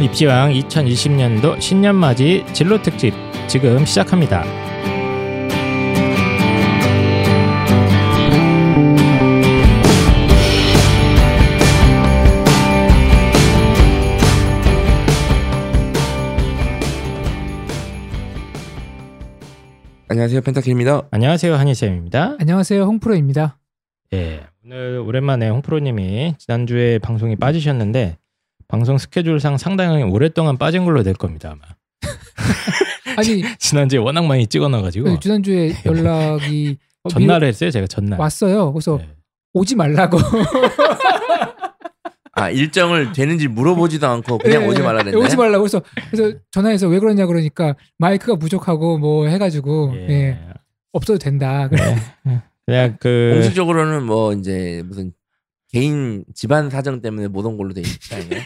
입시왕 2020년도 신년맞이 진로 특집 지금 시작합니다. 안녕하세요 펜타킬입니다. 안녕하세요 한희쌤입니다. 안녕하세요 홍프로입니다. 예, 오늘 오랜만에 홍프로님이 지난주에 방송이 빠지셨는데 방송 스케줄상 상당히 오랫동안 빠진 걸로 될 겁니다 아마. 아니 지난주에 워낙 많이 찍어놔가지고 그 지난주에 네, 뭐. 연락이 어, 전날 했어요 제가 전날. 미- 왔어요. 그래서 네. 오지 말라고 아 일정을 되는지 물어보지도 않고 그냥 예, 오지 예. 말라 그랬네. 오지 말라고 그래서 그래서 전화해서 왜 그러냐 그러니까 마이크가 부족하고 뭐 해가지고 예. 네. 예. 없어도 된다. 그냥 네. 그 공식적으로는 뭐 이제 무슨 개인 집안 사정 때문에 못 온 걸로 돼 있다. 이거.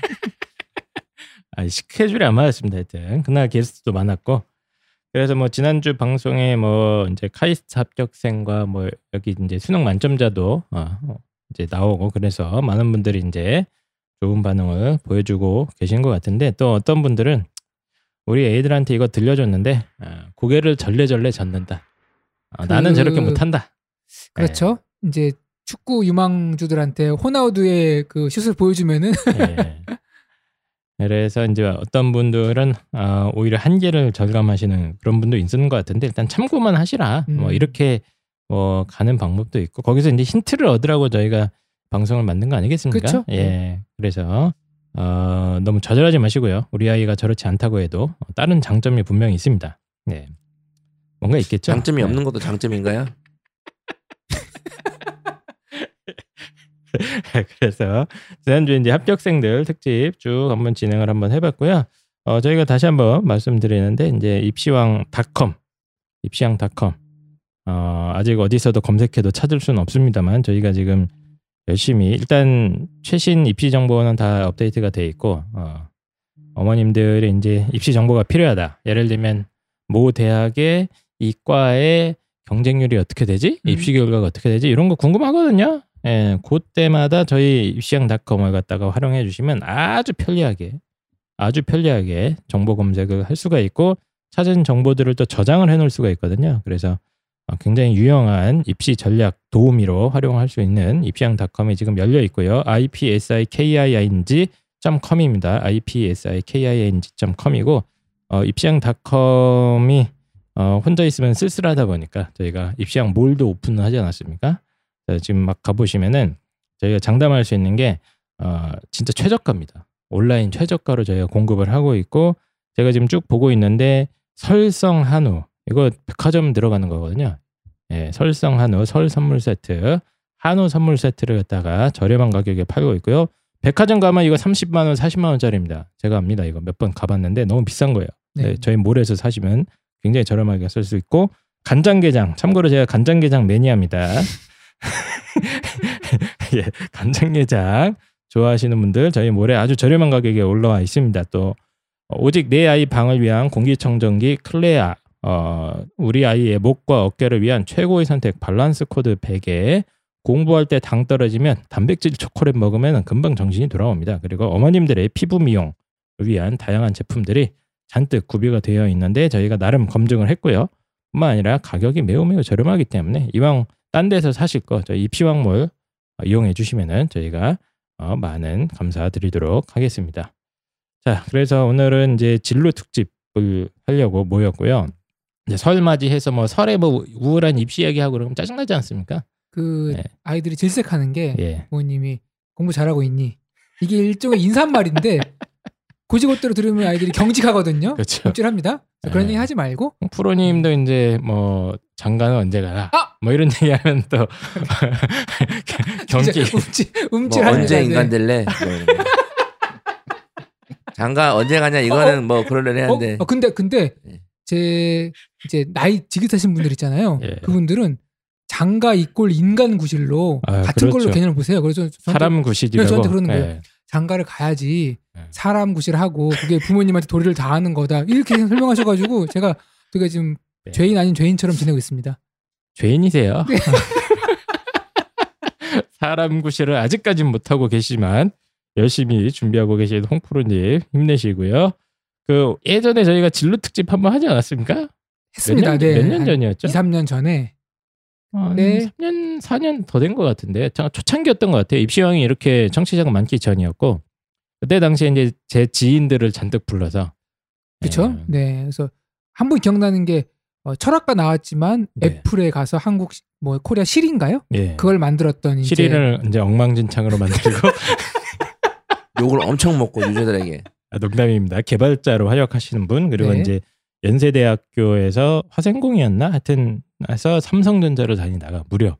아니, 스케줄이 안 맞았습니다. 하여튼 그날 게스트도 많았고 그래서 뭐 지난주 방송에 뭐 이제 카이스트 합격생과 뭐 여기 이제 수능 만점자도 어, 이제 나오고 그래서 많은 분들이 이제 좋은 반응을 보여주고 계신 것 같은데 또 어떤 분들은 우리 애들한테 이거 들려줬는데 어, 고개를 절레절레 젓는다. 어, 나는 그- 저렇게 못한다. 그렇죠. 이제 축구 유망주들한테 호나우두의 그 슛을 보여주면은 예. 그래서 이제 어떤 분들은 아, 오히려 한계를 절감하시는 그런 분도 있는 것 같은데 일단 참고만 하시라. 음. 뭐 이렇게 뭐 가는 방법도 있고 거기서 이제 힌트를 얻으라고 저희가 방송을 만든 거 아니겠습니까? 그쵸? 예. 그래서 어, 너무 좌절하지 마시고요. 우리 아이가 저렇지 않다고 해도 다른 장점이 분명히 있습니다. 네. 뭔가 있겠죠. 장점이 네. 없는 것도 장점인가요? 그래서 지난주에 이제 합격생들 특집 쭉 한번 진행을 한번 해봤고요. 어, 저희가 다시 한번 말씀드리는데 이제 입시왕닷컴, 입시왕닷컴 어, 아직 어디서도 검색해도 찾을 수는 없습니다만 저희가 지금 열심히 일단 최신 입시 정보는 다 업데이트가 돼 있고 어, 어머님들의 이제 입시 정보가 필요하다. 예를 들면 모 대학의 이과의 경쟁률이 어떻게 되지? 음. 입시 결과가 어떻게 되지? 이런 거 궁금하거든요. 예, 그때마다 저희 입시양닷컴을 갖다가 활용해 주시면 아주 편리하게, 아주 편리하게 정보 검색을 할 수가 있고 찾은 정보들을 또 저장을 해놓을 수가 있거든요. 그래서 어, 굉장히 유용한 입시 전략 도우미로 활용할 수 있는 입시양닷컴이 지금 열려 있고요. ipsiking.com입니다. ipsiking.com이고 어, 입시양닷컴이 어, 혼자 있으면 쓸쓸하다 보니까 저희가 입시양 몰도 오픈을 하지 않았습니까? 자, 지금 막 가보시면은 저희가 장담할 수 있는 게 어, 진짜 최저가입니다. 온라인 최저가로 저희가 공급을 하고 있고 제가 지금 쭉 보고 있는데 설성 한우 이거 백화점 들어가는 거거든요. 예, 설성 한우 설 선물 세트 한우 선물 세트를 갖다가 저렴한 가격에 팔고 있고요. 백화점 가면 이거 30만 원, 40만 원짜리입니다. 제가 압니다. 이거 몇 번 가봤는데 너무 비싼 거예요. 네, 저희 몰에서 사시면 굉장히 저렴하게 쓸 수 있고 간장게장 참고로 제가 간장게장 매니아입니다. 예, 간장게장 좋아하시는 분들 저희 몰에 아주 저렴한 가격에 올라와 있습니다. 또 어, 오직 내 아이 방을 위한 공기청정기 클레아 어, 우리 아이의 목과 어깨를 위한 최고의 선택 밸런스 코드 베개 공부할 때 당 떨어지면 단백질 초콜릿 먹으면 금방 정신이 돌아옵니다. 그리고 어머님들의 피부 미용을 위한 다양한 제품들이 잔뜩 구비가 되어 있는데 저희가 나름 검증을 했고요. 뿐만 아니라 가격이 매우 매우 저렴하기 때문에 이왕 딴 데서 사실 거 저희 입시왕몰 어, 이용해 주시면은 저희가 어, 많은 감사드리도록 하겠습니다. 자, 그래서 오늘은 이제 진로 특집을 하려고 모였고요. 이제 설 맞이해서 뭐 설에 뭐 우울한 입시 이야기하고 그러면 짜증나지 않습니까? 그 네. 아이들이 질색하는 게 예. 부모님이 공부 잘하고 있니? 이게 일종의 인사말인데 고지고대로 들으면 아이들이 경직하거든요. 그렇죠. 껍질합니다. 그런 네. 얘기 하지 말고 프로님도 이제 뭐 장가는 언제 가라? 아! 뭐 이런 얘기하면 또 경기 진짜 움찔 뭐 움찔합니다. 언제 네. 인간 될래? 뭐 이런 거. 장가 언제 가냐 이거는 뭐 그러려 어? 해는데 어, 근데 근데 예. 네. 제 이제 나이 지긋하신 분들 있잖아요. 예. 그분들은 장가 이꼴 인간 구실로 아, 같은 그렇죠. 걸로 개념을 보세요. 그래서 저한테 네, 사람 구실이라고. 저한테 그러는 예. 거예요. 장가를 가야지 네. 사람 구실하고 그게 부모님한테 도리를 다하는 거다 이렇게 설명하셔가지고 제가 되게 지금 네. 죄인 아닌 죄인처럼 지내고 있습니다. 네. 죄인이세요. 사람 구실을 아직까진 못하고 계시지만 열심히 준비하고 계신 홍프로님 힘내시고요. 그 예전에 저희가 진로 특집 한번 하지 않았습니까? 했습니다. 몇 년, 네. 몇년 전이었죠? 예. 2, 3년 전에 한 네. 3년, 4년 더 된 것 같은데 제가 초창기였던 것 같아요. 입시왕이 이렇게 청취자가 많기 전이었고 그때 당시에 이제 제 지인들을 잔뜩 불러서 그렇죠. 예, 네. 그래서 한 분 기억나는 게 어, 철학과 나왔지만 네. 애플에 가서 한국 시- 뭐 코리아 실인가요? 예. 네. 그걸 만들었던 이제 시리를 이제 엉망진창으로 만들고 욕을 엄청 먹고 유저들에게 아, 농담입니다. 개발자로 활약하시는 분 그리고 네. 이제 연세대학교에서 화생공이었나 하여튼 해서 삼성전자로 다니다가 무려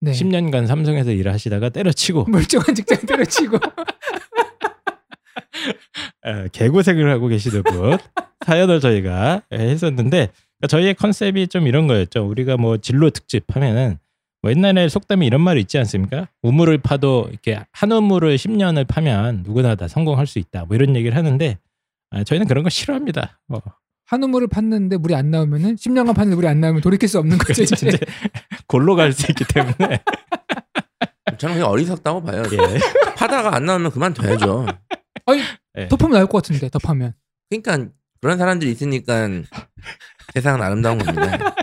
네. 10년간 삼성에서 일하시다가 때려치고 멀쩡한 직장 때려치고 에, 아, 개고생을 하고 계시는 분 사연을 저희가 에, 했었는데 그러니까 저희의 컨셉이 좀 이런 거였죠. 우리가 뭐 진로 특집 하면은 뭐 옛날에 속담에 이런 말이 있지 않습니까? 우물을 파도 이렇게 한 우물을 10년을 파면 누구나 다 성공할 수 있다. 뭐 이런 얘기를 하는데 아, 저희는 그런 거 싫어합니다. 뭐 한 우물을 팠는데 물이 안 나오면은 10년간 팠는데 물이 안 나오면 돌이킬 수 없는 거죠 그래서 이제. 이제 골로 갈 수 있기 때문에 저는 그냥 어리석다고 봐요. 예. 파다가 안 나오면 그만둬야죠. 덮으면 나올 것 같은데 덮으면 그러니까 그런 사람들이 있으니까 세상은 아름다운 겁니다.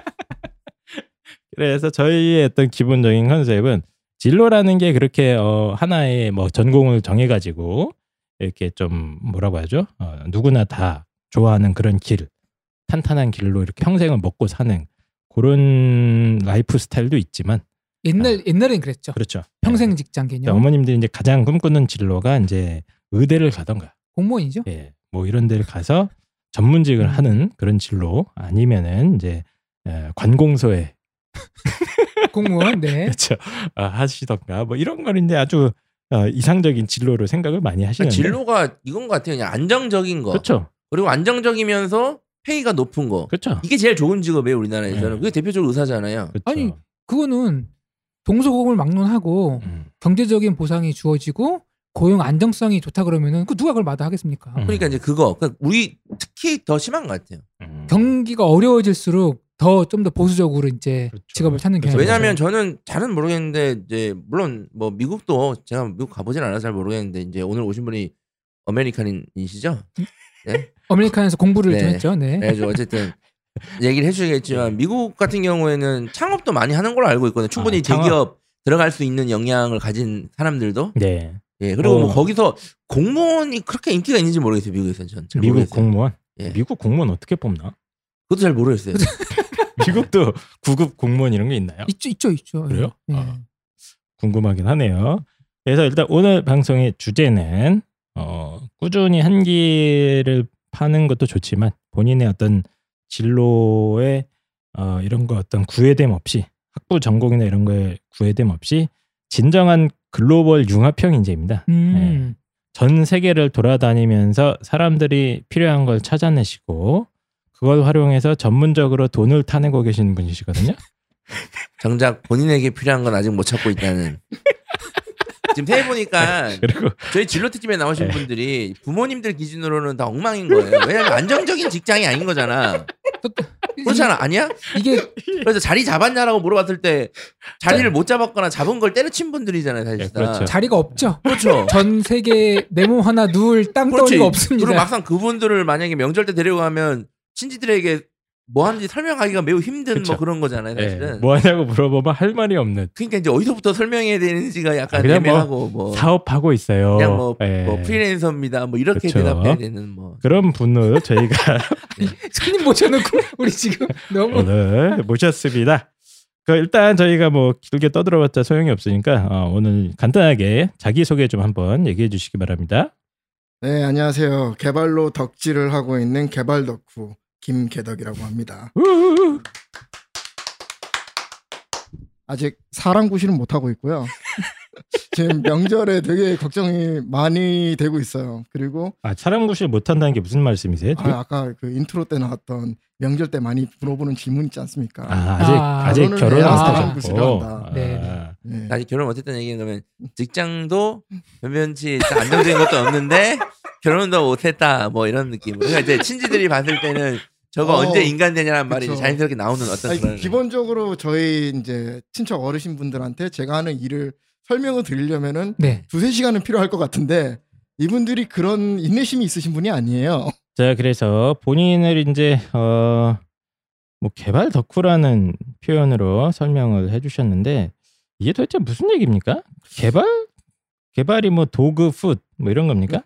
그래서 저희의 어떤 기본적인 컨셉은 진로라는 게 그렇게 어, 하나의 뭐 전공을 정해가지고 이렇게 좀 뭐라고 하죠? 어, 누구나 다 좋아하는 그런 길, 탄탄한 길로 이렇게 평생을 먹고 사는 그런 라이프 스타일도 있지만 옛날 옛날엔 그랬죠. 아. 그렇죠. 평생 직장 그러니까 개념 어머님들이 이제 가장 꿈꾸는 진로가 이제 의대를 가던가, 공무원이죠. 예, 뭐 이런 데를 가서 전문직을 음. 하는 그런 진로 아니면은 이제 에, 관공서에 공무원 네. 예. 그렇죠. 아, 하시던가 뭐 이런 거인데 아주 어, 이상적인 진로로 생각을 많이 하시는 그러니까 진로가 이건 것 같아요. 그냥 안정적인 거. 그렇죠. 그리고 안정적이면서 페이가 높은 거. 그렇죠. 이게 제일 좋은 직업이에요 우리나라에서는. 네. 그게 대표적으로 의사잖아요. 그렇죠. 아니, 그거는 동서고금을 막론하고 음. 경제적인 보상이 주어지고 고용 안정성이 좋다 그러면은 그 누가 그걸 마다하겠습니까? 음. 그러니까 이제 그거. 그러니까 우리 특히 더 심한 것 같아요. 음. 경기가 어려워질수록 더 좀 더 보수적으로 이제 그렇죠. 직업을 찾는 그렇죠. 경향이 왜냐하면 있어요. 저는 잘은 모르겠는데 이제 물론 뭐 미국도 제가 미국 가보진 않아서 잘 모르겠는데 이제 오늘 오신 분이 아메리칸인이시죠? 아메리칸에서 공부를 좀 네. 했죠. 네. 그래서 어쨌든 얘기를 네. 해주겠지만 미국 같은 경우에는 창업도 많이 하는 걸로 알고 있거든요. 충분히 아, 창업. 대기업 들어갈 수 있는 역량을 가진 사람들도 네. 예 그리고 어. 뭐 거기서 공무원이 그렇게 인기가 있는지 모르겠어요 미국에서는 전. 잘 미국 모르겠어요. 공무원. 예. 미국 공무원 어떻게 뽑나? 그것도 잘 모르겠어요. 미국도 구급 공무원 이런 게 있나요? 있죠, 있죠, 있죠. 그래요? 예. 아. 궁금하긴 하네요. 그래서 일단 오늘 방송의 주제는 어, 꾸준히 한기를 파는 것도 좋지만 본인의 어떤 진로에 어, 이런 거 어떤 구애됨 없이 학부 전공이나 이런 거에 구애됨 없이 진정한 글로벌 융합형 인재입니다. 네. 음, 전 세계를 돌아다니면서 사람들이 필요한 걸 찾아내시고 그걸 활용해서 전문적으로 돈을 타내고 계시는 분이시거든요. 정작 본인에게 필요한 건 아직 못 찾고 있다는. 지금 세해 보니까 네, 그리고 저희 진로 특집에 나오신 네. 분들이 부모님들 기준으로는 다 엉망인 거예요. 왜냐면 안정적인 직장이 아닌 거잖아. 네. 그렇잖아, 아니야? 이게 그래서 자리 잡았냐라고 물어봤을 때 자리를 못 잡았거나 잡은 걸 때려친 분들이잖아요, 사실상. 네, 그렇죠. 자리가 없죠. 그렇죠. 전 세계 내 몸 하나 누울 땅덩이가 그리고 없습니다. 막상 그분들을 만약에 명절 때 데리고 가면 친지들에게 뭐 하는지 설명하기가 매우 힘든 그렇죠. 뭐 그런 거잖아요, 예, 사실은. 뭐 하냐고 물어보면 할 말이 없는 그러니까 이제 어디서부터 설명해야 되는지가 약간 아, 그냥 뭐 애매하고 뭐 사업하고 있어요. 그냥 뭐, 예. 뭐 프리랜서입니다. 뭐 이렇게 그렇죠. 대답해야 되는 뭐 그런 분을 저희가 손님 모셔놓고 우리 지금 어, 너무 네. 오늘 모셨습니다. 그 일단 저희가 뭐 길게 떠들어봤자 소용이 없으니까 어, 오늘 간단하게 자기 소개 좀 한번 얘기해 주시기 바랍니다. 네, 안녕하세요. 개발로 덕질을 하고 있는 개발 덕후 김개덕이라고 합니다. 우우우. 아직 사람 구실은 못 하고 있고요. 지금 명절에 되게 걱정이 많이 되고 있어요. 그리고 아 사람 구실 못한다는 게 무슨 말씀이세요? 지금? 아, 까그 인트로 때 나왔던 명절 때 많이 물어보는 질문 있지 않습니까? 아, 아직 아, 아, 직 결혼을 결혼을 해야 못 사람 구실을 하셨고 한다. 아, 네, 네. 아직 결혼 어쨌든 얘기는 그러면 직장도 변변치 일단 안정적인 것도 없는데 결혼도 못했다 뭐 이런 느낌. 그러니까 이제 친지들이 봤을 때는 저거 어, 언제 인간 되냐는 말이 그쵸. 이제 자연스럽게 나오는 어떤 아니, 그런 기본적으로 저희 이제 친척 어르신 분들한테 제가 하는 일을 설명을 드리려면은 네. 두세 시간은 필요할 것 같은데 이분들이 그런 인내심이 있으신 분이 아니에요. 자, 그래서 본인을 이제 어, 뭐 개발 덕후라는 표현으로 설명을 해주셨는데 이게 도대체 무슨 얘기입니까? 개발? 개발이 뭐 도그 풋 뭐 이런 겁니까?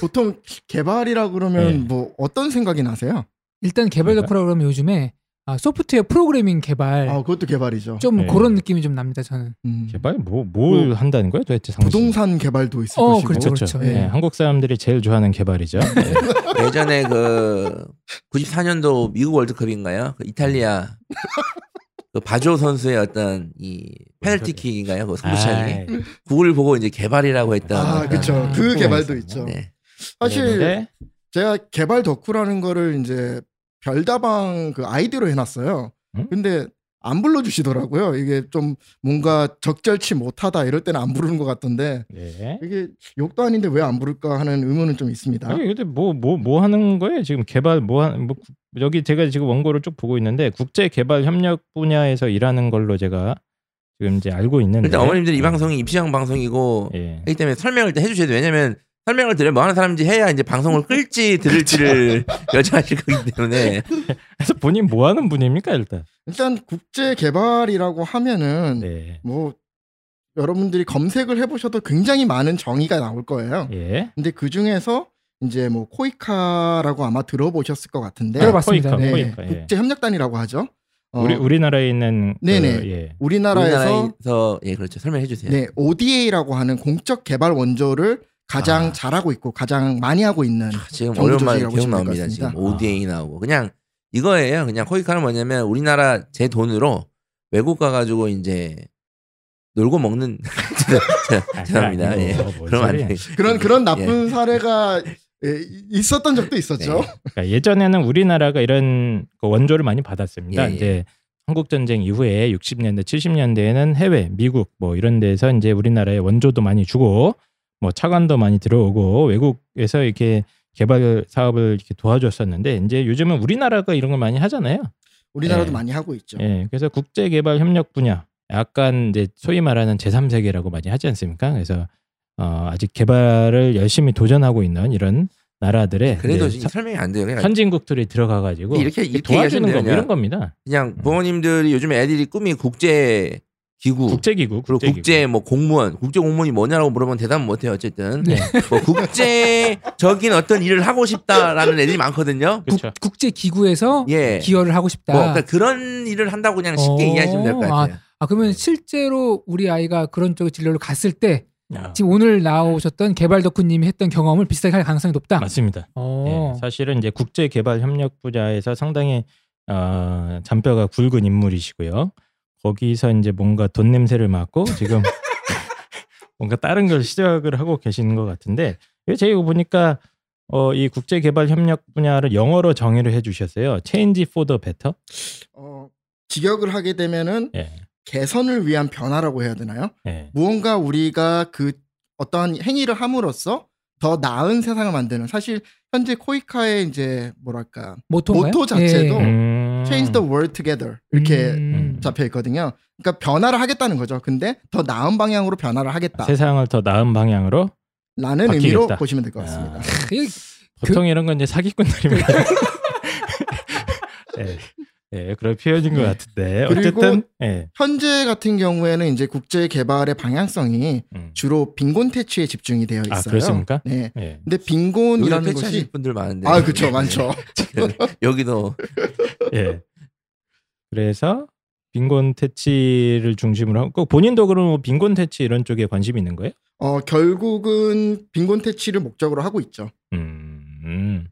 보통 개발이라 그러면 네. 뭐 어떤 생각이 나세요? 일단 개발 그러니까. 덕후라 그러면 요즘에 아, 소프트웨어 프로그래밍 개발 아 그것도 개발이죠. 좀 네. 그런 느낌이 좀 납니다. 저는 음. 개발 뭐 뭘 뭐, 한다는 거예요 도대체 상식? 부동산 개발도 있을 어, 것이고 그렇죠. 예, 예. 한국 사람들이 제일 좋아하는 개발이죠. 예. 예전에 그 94년도 미국 월드컵인가요? 그 이탈리아 그 바조 선수의 어떤 이 음, 페널티킥인가요? 그 승부차기. 아이, 네. 그걸 보고 이제 개발이라고 했던. 예. 아 어떤- 그렇죠. 그 음. 개발도 네. 있죠. 네. 사실 그랬는데 제가 개발 덕후라는 거를 이제 별다방 그 아이디로 해놨어요. 음? 근데 안 불러주시더라고요. 이게 좀 뭔가 적절치 못하다 이럴 때는 안 부르는 것 같던데 예. 이게 욕도 아닌데 왜 안 부를까 하는 의문은 좀 있습니다. 아니 근데 뭐 뭐 뭐 하는 거예요 지금 개발 뭐, 하, 뭐 구- 여기 제가 지금 원고를 쭉 보고 있는데 국제 개발 협력 분야에서 일하는 걸로 제가 지금 이제 알고 음. 있는데 일단 어머님들이 이 예. 방송이 입시형 방송이고 예. 하기 때문에 설명을 일 해주셔야 돼요. 왜냐면 설명을 드려 뭐 하는 사람인지 해야 이제 방송을 끌지 들을지를 그렇죠. 여쭤하실 거기 때문에 그래서 본인 뭐 하는 분입니까 일단 일단 국제 개발이라고 하면은 네. 뭐 여러분들이 검색을 해보셔도 굉장히 많은 정의가 나올 거예요. 예. 근데 그 중에서 이제 뭐 코이카라고 아마 들어보셨을 것 같은데 들어봤습니다. 코이카, 네, 코이카, 예. 국제 협력단이라고 하죠. 어, 우리 우리나라에 있는 네네. 그, 예. 우리, 나라에서 우리나라에서 예 그렇죠 설명해 주세요. 네, ODA라고 하는 공적 개발 원조를 가장 아. 잘하고 있고 가장 많이 하고 있는 지금 정부 어려운 말 조직이라고 기억 보시면 될 나옵니다. 것 지금 같습니다. 아. ODA 나오고 그냥 이거예요. 그냥 코이카는 뭐냐면 우리나라 제 돈으로 외국 가가지고 이제 놀고 먹는 죄송- 죄송합니다. 예. 아, 아이고, 뭐, 네. 뭔 그럼 안 소리야. 돼. 그런 그런 나쁜 사례가 예, 있었던 적도 있었죠. 네. 그러니까 예전에는 우리나라가 이런 그 원조를 많이 받았습니다. 예, 예. 이제 한국 전쟁 이후에 60년대, 70년대에는 해외, 미국 뭐 이런 데서 이제 우리나라에 원조도 많이 주고 뭐 차관도 많이 들어오고 외국에서 이렇게 개발 사업을 이렇게 도와줬었는데 이제 요즘은 우리나라가 이런 걸 많이 하잖아요. 우리나라도 네. 많이 하고 있죠. 그렇죠. 예. 그래서 국제 개발 협력 분야 약간 이제 소위 말하는 제3세계라고 많이 하지 않습니까? 그래서 어, 아직 개발을 열심히 도전하고 있는 이런 나라들의 그래도 이제 지금 설명이 안 돼요. 그냥, 네. 선진국들이 들어가가지고 이렇게 이렇게 도와주는 얘기하시면 거뭐 음. 되냐? 이런 겁니다. 그냥 부모님들이 요즘에 애들이 꿈이 국제 기구 국제기구 그리고 국제기구. 국제 뭐 공무원, 국제 공무원이 뭐냐라고 물어보면 대답 못 해요. 어쨌든 네. 뭐 국제적인 어떤 일을 하고 싶다라는 애들이 많거든요. 그렇죠. 국제 기구에서 예. 기여를 하고 싶다. 뭐 그러니까 그런 일을 한다고 그냥 쉽게 어, 이해하시면 될 것 같아요. 아 그러면 실제로 우리 아이가 그런 쪽의 진로로 갔을 때 아, 지금 오늘 나오셨던 개발 덕후님이 했던 경험을 비슷하게 할 가능성이 높다. 맞습니다. 어. 예, 사실은 이제 국제 개발 협력 분야에서 상당히 어, 잔뼈가 굵은 인물이시고요. 거기서 이제 뭔가 돈 냄새를 맡고 지금 뭔가 다른 걸 시작을 하고 계시는 것 같은데 이거 제가 이거 보니까 어, 이 국제 개발 협력 분야를 영어로 정의를 해주셨어요. Change for the better. 어, 직역을 하게 되면은 예. 개선을 위한 변화라고 해야 되나요? 예. 무언가 우리가 그 어떠한 행위를 함으로써 더 나은 세상을 만드는 사실 현재 코이카의 이제 뭐랄까 모토인가요? 모토 자체도 예. 음. 어, Change the world together 이렇게 음. 잡혀 있거든요. 그러니까 변화를 하겠다는 거죠. 근데 더 나은 방향으로 변화를 하겠다라는 세상을 더 나은 방향으로 의미로 바뀌겠다. 보시면 될 것 같습니다. 아. 이게 보통 이런 건 이제 사기꾼들입니다. 예, 예, 그런 표현인 것 같은데 그리고- 어쨌든 예, 현재 같은 경우에는 이제 국제 개발의 방향성이 음, 주로 빈곤 퇴치에 집중이 되어 있어요. 아, 그렇습니까? 네. 예. 근데 여기도 빈곤이라는 퇴치하실 것이 분들 네. 많은데. 네. 아, 그렇죠. 많죠. 여기도 예. 그래서 빈곤 퇴치를 중심으로 하고 꼭 본인도 그럼 뭐 빈곤 퇴치 이런 쪽에 관심이 있는 거예요? 어, 결국은 빈곤 퇴치를 목적으로 하고 있죠. 음, 음,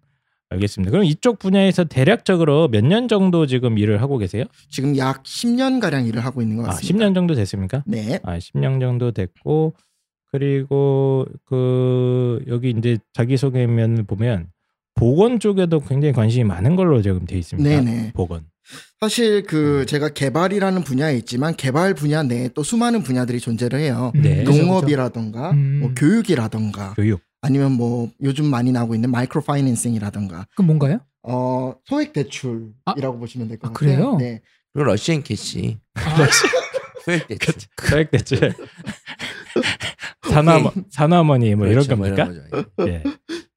알겠습니다. 그럼 이쪽 분야에서 대략적으로 몇 년 정도 지금 일을 하고 계세요? 지금 약 10년 가량 일을 하고 있는 것 아, 같습니다. 10년 정도 됐습니까? 네. 아, 10년 정도 됐고 그리고 그 여기 이제 자기 소개면을 보면 보건 쪽에도 굉장히 관심이 많은 걸로 지금 돼 있습니다. 네, 네. 보건. 사실 그 네. 음. 제가 개발이라는 분야에 있지만 개발 분야 내에 또 수많은 분야들이 존재를 해요. 네. 음, 그죠, 그죠. 농업이라던가 음. 그 뭐 교육이라던가 교육. 아니면 뭐 요즘 많이 나오고 있는 마이크로 파이낸싱이라던가 그 뭔가요? 어 소액 대출이라고 보시면 될 것 아, 같아요. 그래요? 네. 그리고 러시안 캐시. 아, 소액 대출. 소액 대출. 산화 산화머니 뭐 그렇죠, 이런 겁니까? 이런 거죠. 예. 예. 음,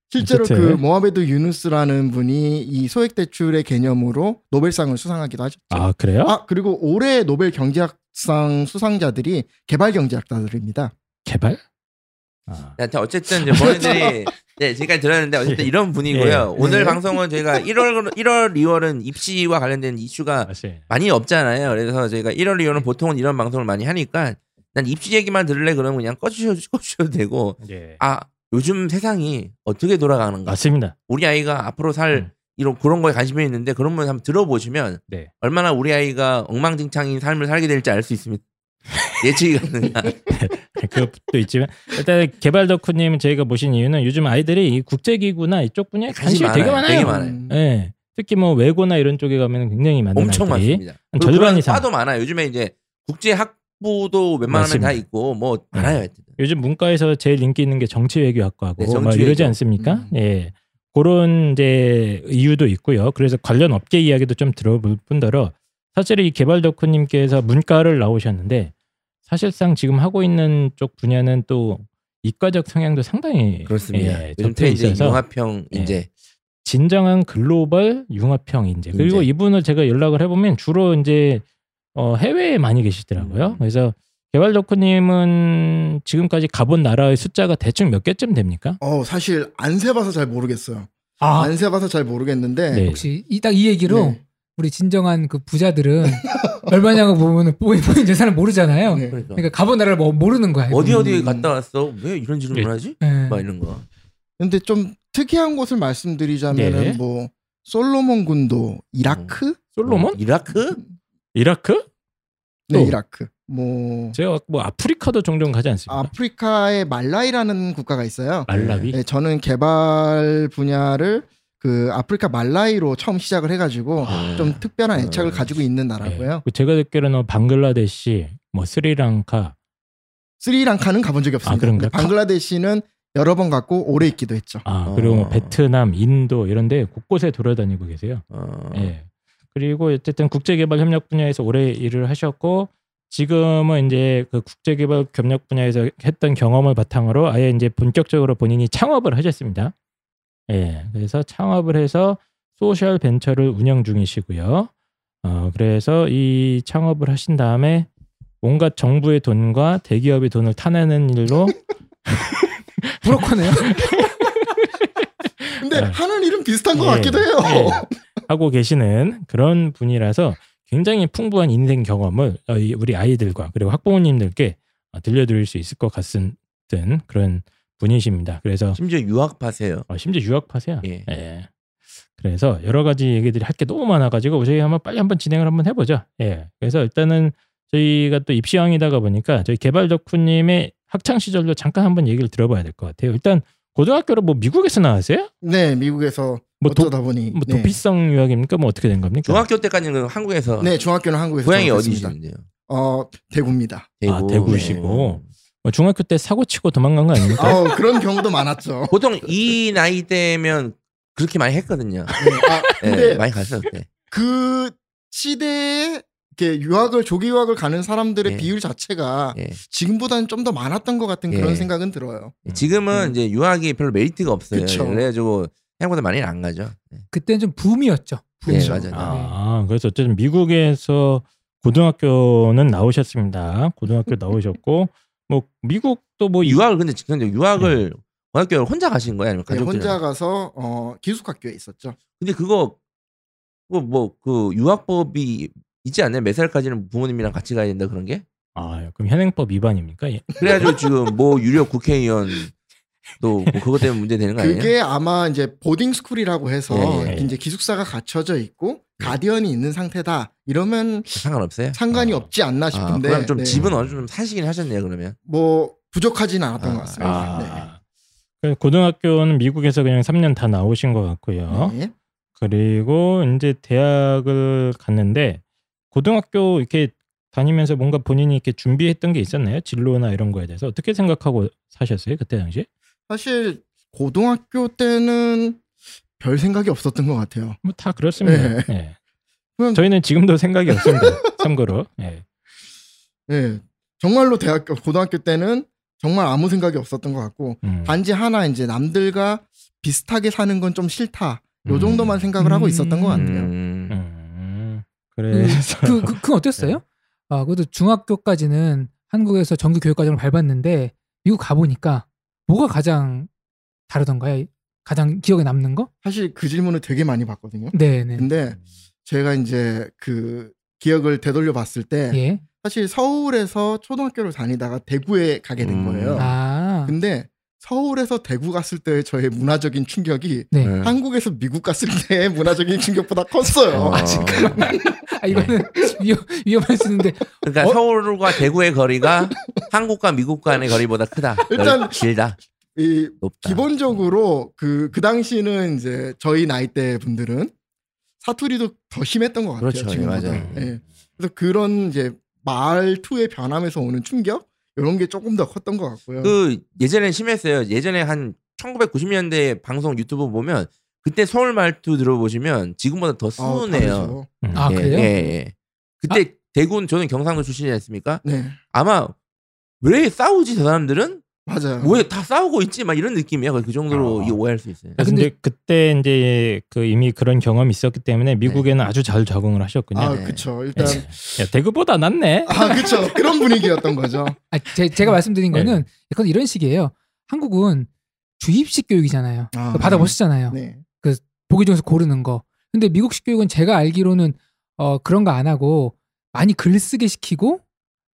실제로 어쨌든. 그 모하베드 유누스라는 분이 이 소액 대출의 개념으로 노벨상을 수상하기도 하셨죠. 아 그래요? 아, 그리고 올해 노벨 경제학상 수상자들이 개발 경제학자들입니다. 개발? 아, 하여튼 어쨌든 이제 본인들이 네, 지금까지 들었는데 어쨌든 예. 네. 이런 분위기고요. 예. 오늘 예. 방송은 저희가 1월 1월 2월은 입시와 관련된 이슈가 다시. 많이 없잖아요. 그래서 저희가 1월 2월은 보통은 이런 방송을 많이 하니까 난 입시 얘기만 들을래 그러면 그냥 꺼주셔도 꺼주셔도 되고 예. 아 요즘 세상이 어떻게 돌아가는가 맞습니다. 우리 아이가 앞으로 살 음. 이런 그런 거에 관심이 있는데 그런 분 한번 들어보시면 네. 얼마나 우리 아이가 엉망진창인 삶을 살게 될지 알 수 있습니다. 예측이 가능한 예, 그것도 있지만 일단 개발 덕후님 저희가 모신 이유는 요즘 아이들이 이 국제기구나 이쪽 분야에 관심이 되게 많아요. 되게 많아요. 음, 예. 특히 뭐 외고나 이런 쪽에 가면 굉장히 많은 엄청 아이들이 많습니다. 한 그리고 절반 그런 이상. 과도 많아요. 요즘에 이제 국제 학부도 웬만하면 맞습니다. 네. 다 있고 뭐 많아요. 하여튼. 요즘 문과에서 제일 인기 있는 게 정치외교학과고 네, 정치 막 외교. 이러지 않습니까? 음. 예. 그런 이제 이유도 있고요. 그래서 관련 업계 이야기도 좀 들어볼 뿐더러 사실 이 개발 덕후님께서 문과를 나오셨는데 사실상 지금 하고 있는 쪽 분야는 또 이과적 성향도 상당히 그렇습니다. 예, 접해 요즘 트렌드 있어서 융합형 예. 이제 진정한 글로벌 융합형 인재. 그리고 인재. 이분을 제가 연락을 해보면 주로 이제 어, 해외에 많이 계시더라고요. 음. 그래서 개발 덕후님은 지금까지 가본 나라의 숫자가 대충 몇 개쯤 됩니까? 어, 사실 안 세봐서 잘 모르겠어요. 아, 안 세봐서 잘 모르겠는데 네. 혹시 이 딱 이 얘기로 네. 우리 진정한 그 부자들은 얼마냐고 보면 본인 본인 재산을 모르잖아요. 네. 그러니까 그러니까 가본 나라를 뭐 모르는 거야. 이거. 어디 어디 음. 갔다 왔어? 왜 이런 질문을 하지? 예. 막 이런 거. 근데 좀 특이한 곳을 말씀드리자면은 네. 뭐 솔로몬 군도 이라크? 솔로몬? 어, 음. 이라크? 이라크? 네, 또. 이라크. 뭐 제가 뭐 아프리카도 종종 가지 않습니까? 아프리카의 말라이라는 국가가 있어요. 말라위? 네, 저는 개발 분야를 그 아프리카 말라이로 처음 시작을 해가지고 좀 특별한 애착을 음. 가지고 있는 나라고요. 그 제가 듣기로는 방글라데시, 뭐 스리랑카, 스리랑카는 가본 적이 없습니다. 아, 그런가요? 근데 방글라데시는 여러 번 갔고 오래 있기도 했죠. 아 그리고 뭐 어. 베트남, 인도 이런데 곳곳에 돌아다니고 계세요. 어. 예. 그리고 어쨌든 국제개발 협력 분야에서 오래 일을 하셨고 지금은 이제 그 국제개발 협력 분야에서 했던 경험을 바탕으로 아예 이제 본격적으로 본인이 창업을 하셨습니다. 예. 그래서 창업을 해서 소셜 벤처를 운영 중이시고요. 어 그래서 이 창업을 하신 다음에 온갖 정부의 돈과 대기업의 돈을 타내는 일로 브로커네요. 근데 네. 하는 일은 비슷한 것 예, 같기도 해요. 예, 하고 계시는 그런 분이라서 굉장히 풍부한 인생 경험을 어, 이 우리 아이들과 그리고 학부모님들께 어, 들려드릴 수 있을 것 같은 그런 분이십니다. 그래서 심지어 유학파세요. 어, 심지어 유학파세요. 예. 예. 그래서 여러 가지 얘기들이 할 게 너무 많아가지고 저희 한번 빨리 한번 진행을 한번 해보죠. 예. 그래서 일단은 저희가 또 입시왕이다가 보니까 저희 개발 덕후님의 학창 시절로 잠깐 한번 얘기를 들어봐야 될 것 같아요. 일단 고등학교를 뭐 미국에서 나왔어요? 네, 미국에서 뭐 도, 어쩌다 보니 뭐 네. 도피성 유학입니까? 뭐 어떻게 된 겁니까? 중학교 때까지는 한국에서 네, 중학교는 한국에서 고향이 졸업했습니다. 어디신데요? 어, 대구입니다. 아, 대구시고. 네. 뭐 중학교 때 사고 치고 도망간 거 아닙니까? 어, 그런 경우도 많았죠. 보통 이 나이 때면 그렇게 많이 했거든요. 네, 아, 예, 근데 많이 갔어요 그때. 그 시대에 이렇게 유학을 조기 유학을 가는 사람들의 예. 비율 자체가 예. 지금보다는 좀 더 많았던 것 같은 그런 예. 생각은 들어요. 네, 아, 지금은 네. 이제 유학이 별로 메리트가 없어요. 그쵸. 그래가지고 생각보다 많이 안 가죠. 네. 그때는 좀 붐이었죠. 붐. 예, 맞아요. 아, 그래서 어쨌든 미국에서 고등학교는 나오셨습니다. 고등학교 나오셨고 뭐 미국도 뭐 유학 유학을 근데 근데 유학을 네. 고등학교를 혼자 가신 거예요? 아니면 네, 가족들? 혼자 가서 어, 기숙학교에 있었죠. 근데 그거 그거 뭐 그 유학법이 있지 않나요? 몇 살까지는 부모님이랑 같이 가야 된다 그런 게? 아, 그럼 현행법 위반입니까? 예. 그래가지고 지금 뭐 유력 국회의원 또뭐 그것 때문에 문제 되는 거 아니에요? 뭐 그게 아마 이제 보딩 스쿨이라고 해서 예, 네. 예, 예. 이제 기숙사가 갖춰져 있고 가디언이 있는 상태다. 이러면 상관없어요? 상관이 아. 없지 않나 아, 싶은데. 그럼 좀 네. 집은 어느 정도 사시긴 하셨네요 그러면. 뭐 부족하진 않았던 아, 것 같습니다. 아. 그래서 고등학교는 미국에서 그냥 3년 다 나오신 것 같고요. 어? 네. 네. 그리고 이제 대학을 갔는데 고등학교 이렇게 다니면서 뭔가 본인이 이렇게 준비했던 게 있었나요? 진로나 이런 거에 대해서 어떻게 생각하고 사셨어요? 그때 당시에? 사실 고등학교 때는 별 생각이 없었던 것 같아요. 뭐 다 그렇습니다. 예. 예. 그럼- 저희는 지금도 생각이 없습니다. 참고로. 예. 네. 예. 정말로 대학교 고등학교 때는 정말 아무 생각이 없었던 것 같고 음. 단지 하나 이제 남들과 비슷하게 사는 건 좀 싫다. 요 음. 정도만 생각을 하고 있었던 것 같아요. 음. 음. 그래서 음. 그, 그, 그건 어땠어요? 아, 그래도 중학교까지는 한국에서 정규 교육과정을 밟았는데 미국 가보니까 뭐가 가장 다르던가요? 가장 기억에 남는 거? 사실 그 질문을 되게 많이 받거든요. 네네. 근데 제가 이제 그 기억을 되돌려 봤을 때 예. 사실 서울에서 초등학교를 다니다가 대구에 가게 된 음. 거예요. 아. 어. 근데 서울에서 대구 갔을 때의 저의 문화적인 충격이 네. 음. 한국에서 미국 갔을 때의 문화적인 충격보다 컸어요. 어. 아, 이거는 위험, 위험할 수 있는데 그러니까 어? 서울과 대구의 거리가 한국과 미국 간의 거리보다 크다. 일단- 넓- 길다. 이 높다. 기본적으로 그 그 당시는 이제 저희 나이대 분들은 사투리도 더 심했던 것 같아요. 그렇죠. 예, 지금보다. 맞아요. 예. 그래서 그런 이제 말투의 변함에서 오는 충격 이런 게 조금 더 컸던 것 같고요. 그 예전엔 심했어요. 예전에 한 1990년대 방송 유튜브 보면 그때 서울 말투 들어보시면 지금보다 더 어, 순해요. 다르죠. 음. 아, 예, 그래요? 예, 예. 그때 아. 대구는 저는 경상도 출신이지 않습니까? 네, 아마 왜 싸우지 저 사람들은? 맞아요. 왜 다 싸우고 있지? 막 이런 느낌이야. 그 정도로 아. 이게 오해할 수 있어요. 그래서 근데- 이제 그때 이제 그 이미 그런 경험이 있었기 때문에 미국에는 아주 잘 적응을 하셨군요. 네. 아, 네. 그쵸. 일단 야, 대구보다 낫네. 아, 그쵸. 그런 분위기였던 거죠. 아, 제, 제가 말씀드린 네. 거는 약간 이런 식이에요. 한국은 주입식 교육이잖아요. 아, 받아보시잖아요. 네. 보기 중에서 고르는 거. 근데 미국식 교육은 제가 알기로는 어, 그런 거 안 하고 많이 글쓰게 시키고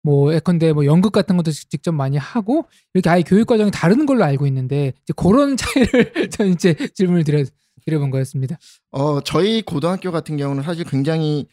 뭐 예컨대 뭐 연극 같은 것도 직- 직접 많이 하고 이렇게 아예 교육 과정이 다른 걸로 알고 있는데 이제 그런 차이를 저는 이제 질문을 드려 드려본 거였습니다. 어, 저희 고등학교 같은 경우는 사실 굉장히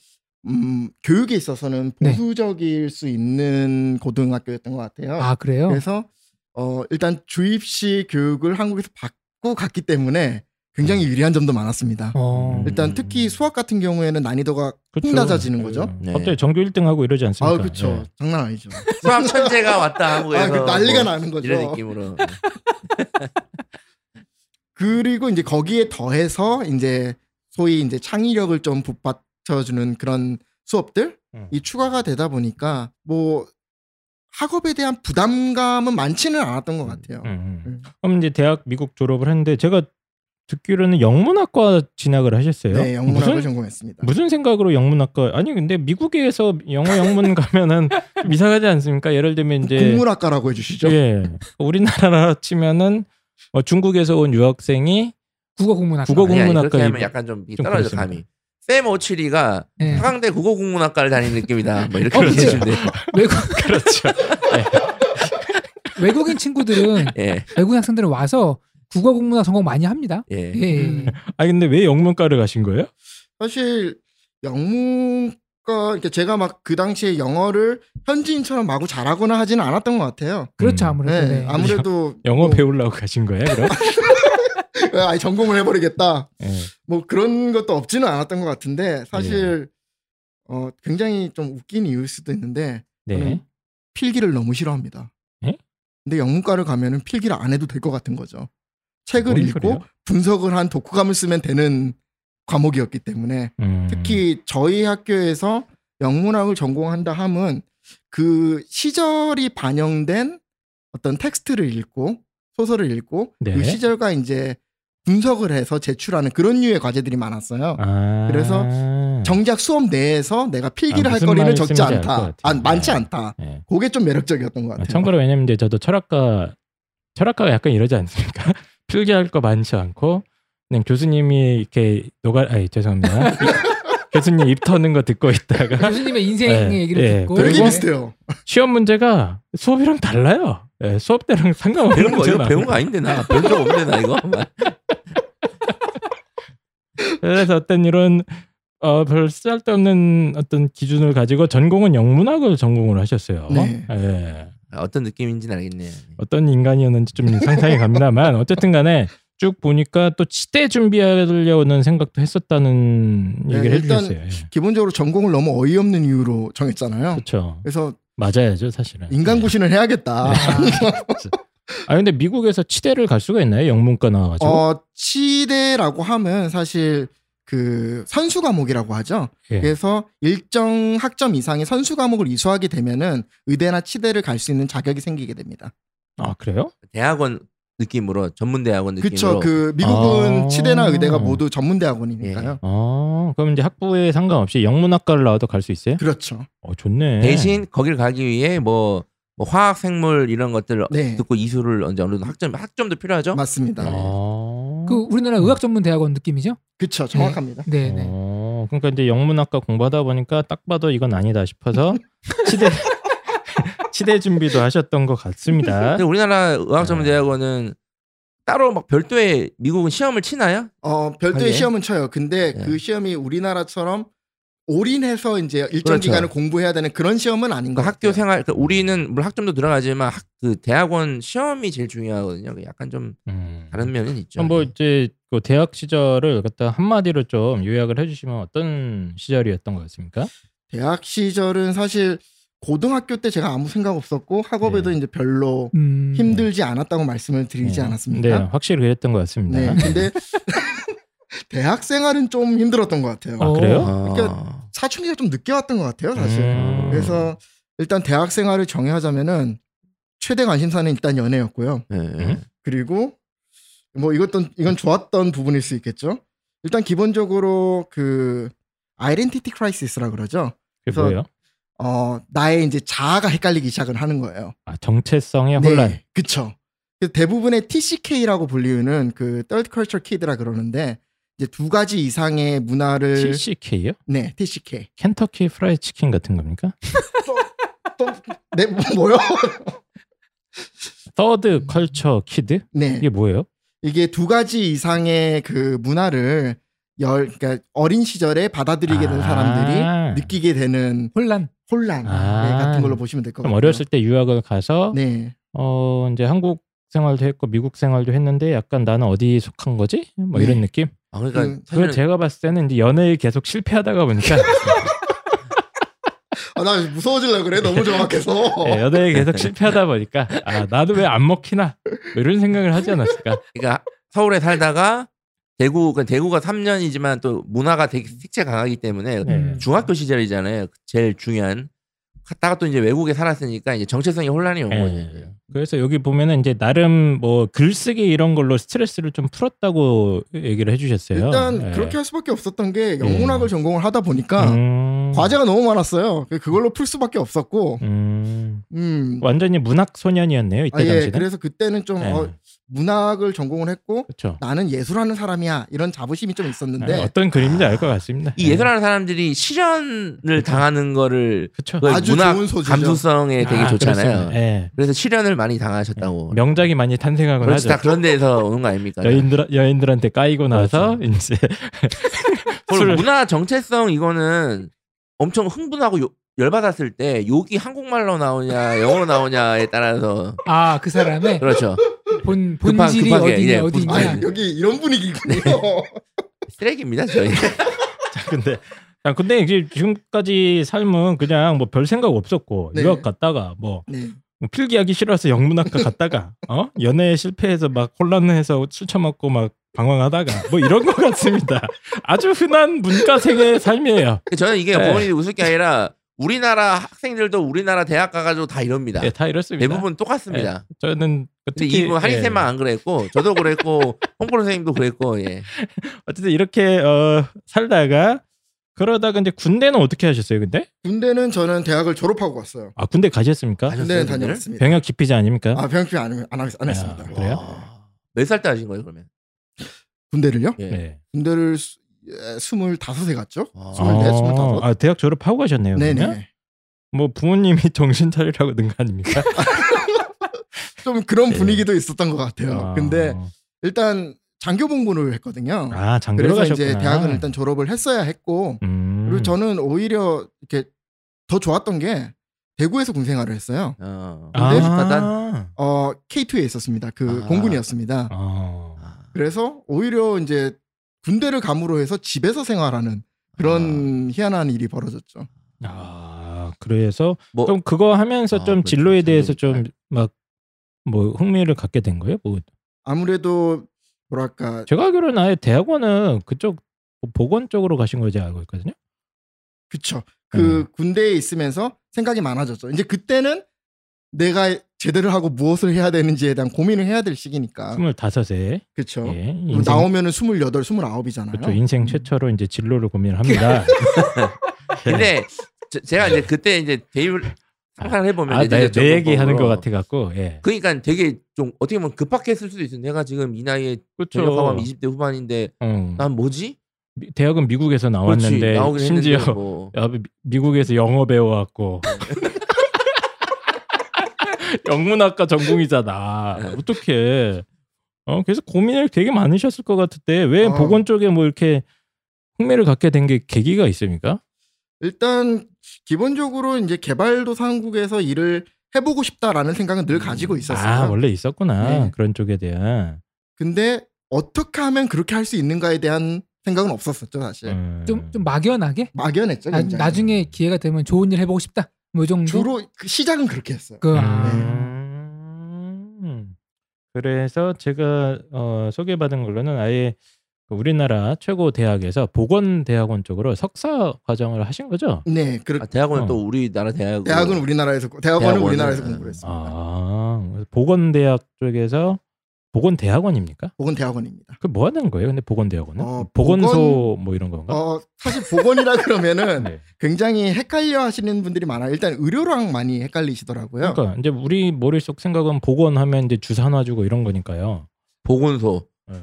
음, 교육에 있어서는 네. 보수적일 수 있는 고등학교였던 것 같아요. 아 그래요? 그래서 어, 일단 주입식 교육을 한국에서 받고 갔기 때문에 굉장히 유리한 점도 많았습니다. 어. 일단 음. 특히 수학 같은 경우에는 난이도가 그쵸. 흥나자지는 거죠? 그렇죠. 음. 네. 갑자기 전교 1등하고 이러지 않습니까? 아, 그쵸. 예. 장난 아니죠. 수학 천재가 왔다 한국에서 아, 그 난리가 뭐 나는 거죠. 이런 느낌으로. 그리고 이제 거기에 더해서 이제 소위 이제 창의력을 좀 북받쳐주는 그런 수업들 음. 이 추가가 되다 보니까 뭐 학업에 대한 부담감은 많지는 않았던 것 같아요. 음, 음. 음. 그럼 이제 대학 미국 졸업을 했는데 제가 듣기로는 영문학과 진학을 하셨어요. 네, 영문학을 무슨 전공했습니다. 무슨 생각으로 영문학과 아니 근데 미국에서 영어 영문 가면은 좀 이상하지 않습니까? 예를 들면 이제 국문학과라고 해주시죠. 예. 우리나라로 치면은 어, 중국에서 온 유학생이 국어 국문학. 국어 아니, 아니, 국문학과 그렇게 하면 입- 약간 좀, 좀 떨어져 그렇습니다. 감이. 쌤 오칠이가 네. 서강대 국어국문학과를 다니는 느낌이다. 뭐 이렇게 어, 얘기해 그렇죠. 주면 돼요. 외국 그렇죠. 외국인 친구들은 예, 외국인 학생들은 와서 국어 국문학 전공 많이 합니다. 예. 예, 예. 음. 아 근데 왜 영문과를 가신 거예요? 사실 영문과 그러니까 제가 막 그 당시에 영어를 현지인처럼 마구 잘하거나 하지는 않았던 것 같아요. 그렇죠 음. 아무래도. 네, 네. 아무래도 영어 뭐, 배우려고 가신 거예요, 그럼? 아예 전공을 해버리겠다. 예. 뭐 그런 것도 없지는 않았던 것 같은데 사실 예. 어, 굉장히 좀 웃긴 이유일 수도 있는데 네. 저는 필기를 너무 싫어합니다. 예? 근데 영문과를 가면은 필기를 안 해도 될 것 같은 거죠. 책을 뭔 읽고 소리야? 분석을 한 독후감을 쓰면 되는 과목이었기 때문에 음. 특히 저희 학교에서 영문학을 전공한다 함은 그 시절이 반영된 어떤 텍스트를 읽고 소설을 읽고 네. 그 시절과 이제 분석을 해서 제출하는 그런 류의 과제들이 많았어요. 아. 그래서 정작 수업 내에서 내가 필기를 아, 할 무슨 거리는 말씀인지 적지 알것 않다. 같아요. 아, 많지 네. 않다. 예. 그게 좀 매력적이었던 것 아, 같아요. 참고로 왜냐면 이제 저도 철학과 철학과가 약간 이러지 않습니까? 필기할 거 많지 않고 그냥 교수님이 이렇게 노가 아니 죄송합니다. 이- 교수님 입 터는 거 듣고 있다가 교수님의 인생의 예, 얘기를 예. 듣고 되게 그리고- 비슷해요. 시험 문제가 수업이랑 달라요. 예, 수업 때랑 상관없는 배운 거, 이거 문제만. 배운 거 아닌데, 나. 배운 적 없는데, 나 이거. 그래서 어떤 이런 어, 별 쓸데없는 어떤 기준을 가지고 전공은 영문학을 전공을 하셨어요. 네. 예. 아, 어떤 느낌인지는 알겠네요. 어떤 인간이었는지 좀 상상이 갑니다만 어쨌든 간에 쭉 보니까 또 치대 준비하려는 생각도 했었다는 네, 얘기를 일단 해주셨어요. 예. 기본적으로 전공을 너무 어이없는 이유로 정했잖아요. 그렇죠. 그래서 맞아야죠, 사실은. 예. 인간고신을 해야겠다. 네, 아 근데 미국에서 치대를 갈 수가 있나요? 영문과 나와가지고. 어, 치대라고 하면 사실 그 선수 과목이라고 하죠. 예. 그래서 일정 학점 이상의 선수 과목을 이수하게 되면은 의대나 치대를 갈 수 있는 자격이 생기게 됩니다. 아 그래요? 대학원 느낌으로 전문 대학원 느낌으로 그쵸. 그 미국은 아. 치대나 의대가 모두 전문 대학원이니까요. 아 그럼 이제 학부에 상관없이 영문학과를 나와도 갈 수 있어요? 그렇죠. 어 좋네. 대신 거길 가기 위해 뭐, 뭐 화학 생물 이런 것들 네. 듣고 이수를 언제 어느 정도 학점 학점도 필요하죠. 맞습니다. 아. 그 우리나라 의학 전문 대학원 느낌이죠? 그쵸. 정확합니다. 네, 네. 어, 그러니까 이제 영문학과 공부하다 보니까 딱 봐도 이건 아니다 싶어서 치대 치대 준비도 하셨던 것 같습니다. 근데 우리나라 네. 의학전문대학원은 따로 막 별도의 미국은 시험을 치나요? 어, 별도의 아, 예. 시험은 쳐요. 근데 네. 그 시험이 우리나라처럼 올인해서 이제 일정 그렇죠. 기간을 공부해야 되는 그런 시험은 아닌 것 네, 그러니까 학교 같아요. 생활 그러니까 우리는 물론 학점도 들어가지만 학, 그 대학원 시험이 제일 중요하거든요. 약간 좀 음. 다른 면은 있죠. 그럼 뭐 이제 그 대학 시절을 갖다 한마디로 좀 요약을 해주시면 어떤 시절이었던 것 같습니까? 대학 시절은 사실 고등학교 때 제가 아무 생각 없었고 학업에도 네. 이제 별로 음. 힘들지 않았다고 말씀을 드리지 네. 않았습니까? 네, 확실히 그랬던 것 같습니다. 음, 네. 근데 대학 생활은 좀 힘들었던 것 같아요. 어. 아 그래요? 아. 그러니까 사춘기가 좀 늦게 왔던 것 같아요, 사실. 음. 그렇죠. 그래서 일단 대학 생활을 정의하자면은 최대 관심사는 일단 연애였고요. 예, 예. 음? 그리고 뭐 이것도 이건 좋았던 부분일 수 있겠죠. 일단 기본적으로 그 아이덴티티 크라이시스라 그러죠. 그게 그래서- 뭐예요? 어, 나의 이제 자아가 헷갈리기 시작을 하는 거예요. 아 정체성의 혼란. 네, 그쵸. 그 대부분의 TCK라고 불리는 그 Third Culture Kid라 그러는데 이제 두 가지 이상의 문화를 TCK요? 네 TCK 켄터키 프라이 치킨 같은 겁니까? 네 뭐- 뭐요? 서드 컬처 키드? 네 이게 뭐예요? 이게 두 가지 이상의 그 문화를 열 그러니까 어린 시절에 받아들이게 된 아. 사람들이 느끼게 되는 혼란. 혼란 아. 네, 같은 걸로 보시면 될 것 그럼 같아요. 어렸을 때 유학을 가서 네 어 이제 한국 생활도 했고 미국 생활도 했는데 약간 나는 어디 속한 거지? 뭐 네. 이런 느낌? 아, 그러니까 그- 그걸 사실은 제가 봤을 때는 이제 연애에 계속 실패하다가 보니까 아, 나 무서워질라 그래 너무 정확해서 예, 연애에 계속 실패하다 보니까 아 나도 왜 안 먹히나 뭐 이런 생각을 하지 않았을까? 그러니까 서울에 살다가 대구 그러니까 대구가 3년이지만 또 문화가 되게 색채 강하기 때문에 음. 네. 중학교 시절이잖아요. 제일 중요한. 갔다가 또 이제 외국에 살았으니까 이제 정체성이 혼란이 온 거죠. 예. 그래서 여기 보면은 이제 나름 뭐 글쓰기 이런 걸로 스트레스를 좀 풀었다고 얘기를 해주셨어요. 일단 예. 그렇게 할 수밖에 없었던 게 영문학을 음. 전공을 하다 보니까 음. 과제가 너무 많았어요. 그- 그걸로 풀 수밖에 없었고 음. 음. 완전히 문학 소년이었네요 이때 아, 예, 당시는. 예, 네. 그래서 그때는 좀 어, 문학을 전공을 했고 그렇죠. 예, 나는 예술하는 사람이야 이런 자부심이 좀 있었는데 네, 어떤 그림인지 알 것 같습니다. 이 예술하는 사람들이 실현을 당하는 거를 그렇죠. 그 아주 문학 좋은 소재죠. 감수성에 되게 좋잖아요. 예. 그래서 실현을 많이 당하셨다고. 명작이 많이 탄생하곤 그렇지 하죠. 다 그런 데에서 오는 거 아닙니까? 여인들 여인들한테 까이고 나서 이제 그리고 술을- 문화 정체성 이거는 엄청 흥분하고 요- 열받았을 때 욕이 한국말로 나오냐 영어로 나오냐에 따라서 아, 그 사람의 그렇죠. 본 급하- 본질이 급하게, 어디냐 예, 어디냐. 아, 네. 본- 여기 이런 분위기군요. 쓰레기입니다 저희. 자, 근데 자, 아, 근데 이제 지금까지 삶은 그냥 뭐 별 생각 없었고 네. 유학 갔다가 뭐 네. 뭐 필기하기 싫어서 영문학과 갔다가 어 연애에 실패해서 막 혼란해서 술 처먹고 막 방황하다가 뭐 이런 것 같습니다. 아주 흔한 문과생의 삶이에요. 저는 이게 네. 부모님이 웃을 게 아니라 우리나라 학생들도 우리나라 대학 가가지고 다 이럽니다. 예, 다 이렇습니다. 대부분 똑같습니다. 저는 근데 특히- 예. 이분 한희쌤만 안 그랬고 저도 그랬고 홍보 선생님도 그랬고 예. 어쨌든 이렇게 어, 살다가 그러다가 이제 군대는 어떻게 하셨어요? 근데 군대는 저는 대학을 졸업하고 갔어요. 아 군대 가셨습니까? 가셨- 군대는 군대를? 네, 다녀왔습니다. 병역 기피제 아닙니까? 아 병역 안, 했- 안, 했- 안 했습니다. 아, 그래요? 몇 살 때 하신 거예요 그러면? 군대를요? 예. 네. 군대를 수- 예, 스물다섯에 갔죠. 아. 스물- 스물네, 스물다섯? 아, 대학 졸업하고 가셨네요. 그러면? 네네. 뭐 부모님이 정신 차리라고 든거 아닙니까? 좀 그런 네. 분위기도 있었던 것 같아요. 아. 근데 일단 장교 봉군을 했거든요. 아 장교로 그래서 가셨구나. 이제 대학은 일단 졸업을 했어야 했고 음. 그리고 저는 오히려 이렇게 더 좋았던 게 대구에서 군 생활을 했어요. 어. 아. 군대 어 K2에 있었습니다. 그 아. 공군이었습니다. 어. 아. 그래서 오히려 이제 군대를 감으로 해서 집에서 생활하는 그런 희한한 일이 벌어졌죠. 아 그래서 어. 뭐 그럼 그거 하면서 아, 좀 그렇죠. 진로에 대해서 네. 장교 좀 막 뭐 흥미를 갖게 된 거예요? 뭐 아무래도 뭐랄까 제가 알기로는 아예 대학원은 그쪽 보건 쪽으로 가신 걸 제가 알고 있거든요. 그쵸 그 음. 군대에 있으면서 생각이 많아졌죠. 이제 그때는 내가 제대로 하고 무엇을 해야 되는지에 대한 고민을 해야 될 시기니까. 25세. 아. 그렇죠. 예. 그럼 인생, 나오면은 28, 29이잖아요. 음. 그것도 인생 최초로 이제 진로를 고민을 합니다. 근데 저- 제가 이제 그때 이제 대입을 상상을 해보면 아, 이제 내, 전공법으로. 내 얘기 하는 것 같아 갖고. 예. 그러니까 되게 좀 어떻게 보면 급하게 했을 수도 있어. 내가 지금 이 나이에 전역하고 그렇죠. 하면 20대 후반인데 응. 난 뭐지? 미- 대학은 미국에서 그렇지, 나왔는데 나오긴 아, 심지어 했는데 뭐. 야, 미- 미국에서 영어 배워왔고 영문학과 전공이잖아. 어떻게? 어 그래서 고민을 되게 많으셨을 것 같은데 왜 어. 보건 쪽에 뭐 이렇게 흥미를 갖게 된 게 계기가 있습니까? 일단 기본적으로 이제 개발도상국에서 일을 해보고 싶다라는 생각은 늘 음. 가지고 있었어요. 아 원래 있었구나 네. 그런 쪽에 대한 근데 어떻게 하면 그렇게 할 수 있는가에 대한 생각은 없었었죠 사실. 네. 음. 좀, 좀 막연하게 막연했죠. 아, 나, 굉장히. 나중에 기회가 되면 좋은 일 해보고 싶다. 뭐이 정도. 그러니까 주로 그 시작은 그렇게 했어요. 그 아, 음. 음. 그래서 제가 어, 소개받은 걸로는 아예 그 우리나라 최고 대학에서 보건대학원 쪽으로 석사 과정을 하신 거죠? 네, 그렇. 아, 대학원은 어. 또 우리나라 대학 대학은 우리나라에서 대학원은 대학원은- 우리나라에서 공부를 했습니다. 아 그래서 보건대학 쪽에서 보건대학원입니까? 보건 대학원입니다. 그 뭐 하는 거예요? 근데 보건대학원은 아. 어, 보건소 뭐 이런 건가? 어 사실 보건이라 그러면은 네. 굉장히 헷갈려 하시는 분들이 많아요. 일단 의료랑 많이 헷갈리시더라고요. 그러니까 이제 우리 머릿속 생각은 보건하면 이제 주사 놔주고 이런 거니까요. 보건소. 네.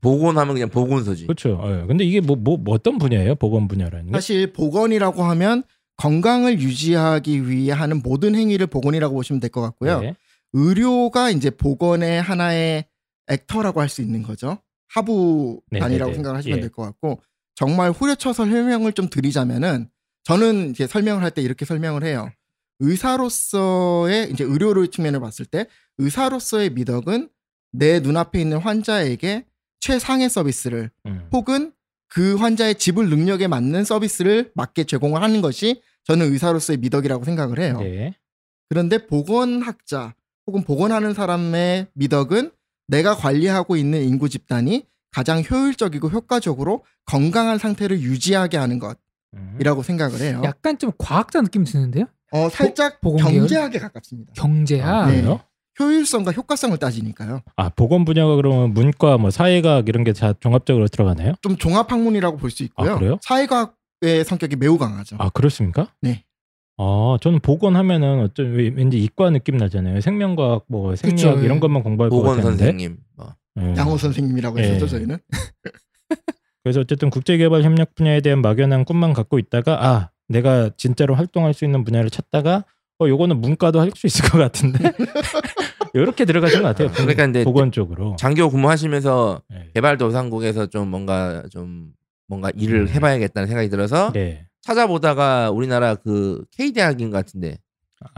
보건하면 그냥 네. 보건소지. 그렇죠. 예. 근데 이게 뭐, 뭐 어떤 분야예요? 보건 분야라는 게? 사실 보건이라고 하면 건강을 유지하기 위해 하는 모든 행위를 보건이라고 보시면 될 것 같고요. 네. 의료가 이제 보건의 하나의 액터라고 할 수 있는 거죠. 네, 하부단이라고 네, 네. 생각을 하시면 예. 될 것 같고 정말 후려쳐서 설명을 좀 드리자면은 저는 이제 설명을 할 때 이렇게 설명을 해요. 의사로서의 이제 의료를 측면을 봤을 때 의사로서의 미덕은 내 눈앞에 있는 환자에게 최상의 서비스를 음. 혹은 그 환자의 지불 능력에 맞는 서비스를 맞게 제공을 하는 것이 저는 의사로서의 미덕이라고 생각을 해요. 네. 그런데 보건학자 혹은 보건하는 사람의 미덕은 내가 관리하고 있는 인구 집단이 가장 효율적이고 효과적으로 건강한 상태를 유지하게 하는 음. 것이라고 생각을 해요. 약간 좀 과학자 느낌 드는데요? 어, 살짝 보- 보건 계열? 경제학에 가깝습니다. 경제학. 아, 네. 그래요? 효율성과 효과성을 따지니까요. 아 보건 분야가 그러면 문과 뭐 사회과학 이런 게 다 종합적으로 들어가나요? 좀 종합학문이라고 볼 수 있고요. 아, 그래요? 사회과학의 성격이 매우 강하죠. 아 그렇습니까? 네. 아 저는 보건 하면은 어쩐 왜- 왠지 이과 느낌 나잖아요. 생명과학 뭐 생리학 그쵸, 예. 이런 것만 공부할 것 보건 같은데. 선생님. 어. 예. 양호 선생님이라고 예. 했었죠 저희는. 그래서 어쨌든 국제개발 협력 분야에 대한 막연한 꿈만 갖고 있다가 아 내가 진짜로 활동할 수 있는 분야를 찾다가 어 요거는 문과도 할 수 있을 것 같은데 이렇게 들어가신 것 같아요. 아, 그러니까 근데 보건 쪽으로. 장교 근무하시면서 예. 개발도상국에서 좀 뭔가 좀 뭔가 일을 음. 해봐야겠다는 생각이 들어서 네. 찾아보다가 우리나라 그 K 대학인 것 같은데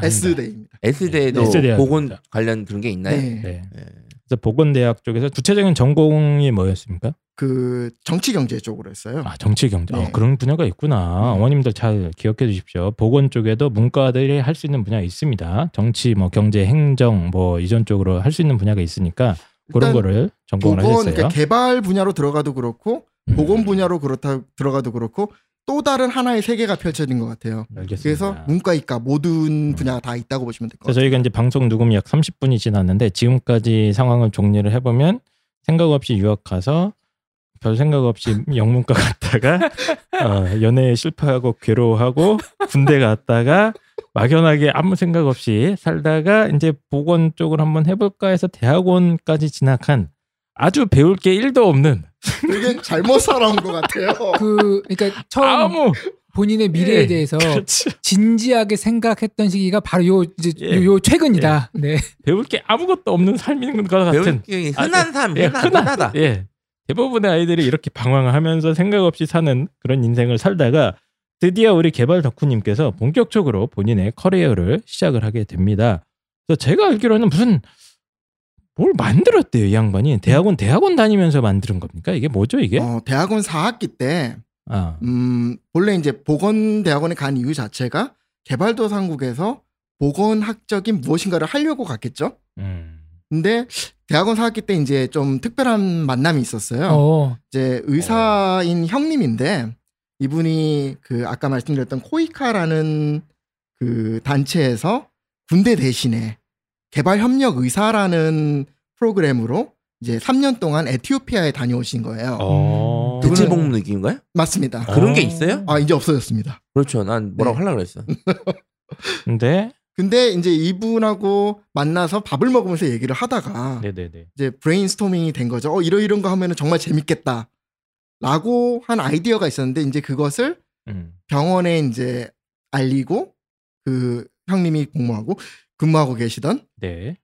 S 아닙니다. 대입니다. S 대에도 네, S 대학입니다. 보건 관련 그런 게 있나요? 네. 네. 예. 그래서 보건대학 쪽에서 구체적인 전공이 뭐였습니까? 그 정치 경제 쪽으로 했어요. 아 정치 경제 네. 어, 그런 분야가 있구나 네. 어머님들 잘 기억해 주십시오 보건 쪽에도 문과들이 할 수 있는 분야 있습니다 정치 뭐 경제 행정 뭐 이전 쪽으로 할 수 있는 분야가 있으니까 그런 일단 거를 전공을 보건 하셨어요 그러니까 개발 분야로 들어가도 그렇고 음. 보건 분야로 그렇다 들어가도 그렇고 또 다른 하나의 세계가 펼쳐진 것 같아요. 알겠습니다 그래서 문과 이과 모든 분야가 다 있다고 보시면 될 것 그래서 같아요. 저희가 이제 방송 녹음이 약 30분이 지났는데 지금까지 상황을 정리를 해보면 생각 없이 유학 가서 별 생각 없이 영문과 갔다가 어, 연애에 실패하고 괴로워하고 군대 갔다가 막연하게 아무 생각 없이 살다가 이제 보건 쪽을 한번 해볼까 해서 대학원까지 진학한 아주 배울 게 1도 없는 되게 잘못 살아온 것 같아요. 그 그러니까 처음 아무 본인의 미래에 예. 대해서 그렇지. 진지하게 생각했던 시기가 바로 요 이제 예. 요, 요 최근이다. 네. 배울 게 아무것도 없는 삶인 것 같은 배운 게 아, 흔한 삶, 예, 흔한, 흔한- 흔하다. 예. 대부분의 아이들이 이렇게 방황하면서 생각 없이 사는 그런 인생을 살다가 드디어 우리 개발 덕후님께서 본격적으로 본인의 커리어를 시작을 하게 됩니다. 그래서 제가 알기로는 무슨 뭘 만들었대요 이 양반이 대학원 대학원 다니면서 만드는 겁니까 이게 뭐죠 이게? 어, 대학원 4학기 때 아, 음, 원래 이제 보건 대학원에 간 이유 자체가 개발도상국에서 보건학적인 무엇인가를 하려고 갔겠죠. 음. 근데 대학원 4학기 때 이제 좀 특별한 만남이 있었어요. 어. 이제 의사인 형님인데 이분이 그 아까 말씀드렸던 코이카라는 그 단체에서 군대 대신에 개발 협력 의사라는 프로그램으로 이제 3년 동안 에티오피아에 다녀오신 거예요. 어. 대체 복무 느낌인가요? 맞습니다. 어. 음. 그런 게 있어요? 아 이제 없어졌습니다. 그렇죠. 난 뭐라고 하려고 그랬어. 근데 근데 이제 이분하고 만나서 밥을 먹으면서 얘기를 하다가 네네네. 이제 브레인스토밍이 된 거죠. 어, 이러 이런 거 하면은 정말 재밌겠다. 라고 한 아이디어가 있었는데 이제 그것을 음. 병원에 이제 알리고 그 형님이 복무하고 근무하고 계시던 네.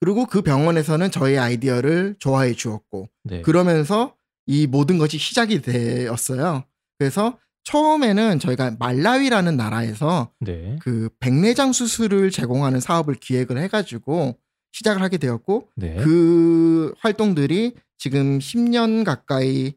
그리고 그 병원에서는 저의 아이디어를 좋아해 주었고 네. 그러면서 이 모든 것이 시작이 되었어요. 그래서 처음에는 저희가 말라위라는 나라에서 네. 그 백내장 수술을 제공하는 사업을 기획을 해가지고 시작을 하게 되었고 네. 그 활동들이 지금 10년 가까이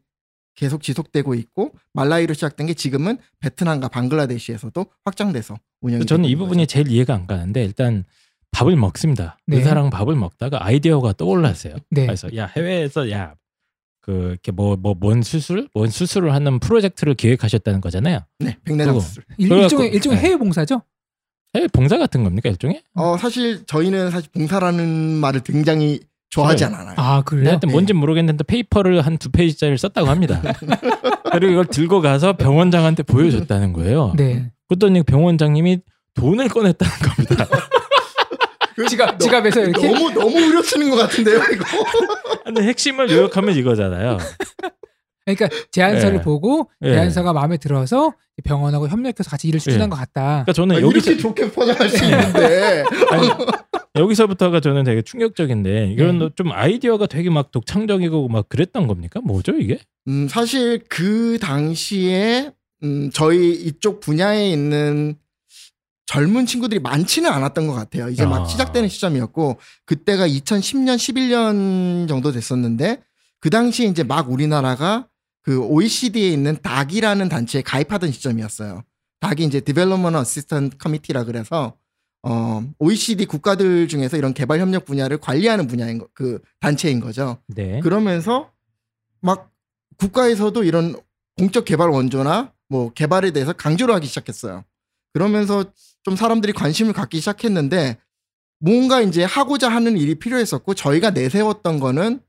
계속 지속되고 있고 말라이로 시작된 게 지금은 베트남과 방글라데시에서도 확장돼서 운영이 저는 이 되고 있는 부분이 제일 이해가 안 가는데 일단 밥을 먹습니다. 그 네. 의사랑 밥을 먹다가 아이디어가 떠올랐어요. 네. 그래서 야 해외에서 야 그, 이렇게 뭐, 뭐, 뭔 수술? 뭔 수술을 하는 프로젝트를 기획하셨다는 거잖아요. 거죠. 네, 백내장 그거. 수술. 일, 그래갖고- 일종의 일종의 네. 해외 봉사죠. 해외 봉사 같은 겁니까, 일종의? 어 사실 저희는 사실 봉사라는 말을 굉장히 좋아하지 않아요. 아 네, 그래요? 하여튼 뭔지 모르겠는데 페이퍼를 한 두 페이지짜리를 썼다고 합니다. 그리고 이걸 들고 가서 병원장한테 보여줬다는 거예요. 네. 그랬더니 병원장님이 돈을 꺼냈다는 겁니다. 지갑 지갑에서 이렇게 너무 너무 우려치는 것 같은데요, 이거. 근데 핵심을 요약하면 이거잖아요. 그러니까 제안서를 예. 보고 예. 제안서가 마음에 들어서 병원하고 협력해서 같이 일을 추진한 예. 것 같다. 그러니까 저는 아, 여기서 네. 이렇게 좋게 포장할 수 있는데 아니, 여기서부터가 저는 되게 충격적인데 이런 네. 좀 아이디어가 되게 막 독창적이고 막 그랬던 겁니까? 뭐죠 이게? 음, 사실 그 당시에 음, 저희 이쪽 분야에 있는 젊은 친구들이 많지는 않았던 것 같아요. 이제 아. 막 시작되는 시점이었고 그때가 2010년, 11년 정도 됐었는데 그 당시에 이제 막 우리나라가 그 OECD에 있는 닥이라는 단체에 가입하던 시점이었어요. 닥이 이제 Development Assistant Committee라 그래서 어, OECD 국가들 중에서 이런 개발 협력 분야를 관리하는 분야인 거, 그 단체인 거죠. 네. 그러면서 막 국가에서도 이런 공적 개발 원조나 뭐 개발에 대해서 강조를 하기 시작했어요. 그러면서 좀 사람들이 관심을 갖기 시작했는데 뭔가 이제 하고자 하는 일이 필요했었고 저희가 내세웠던 거는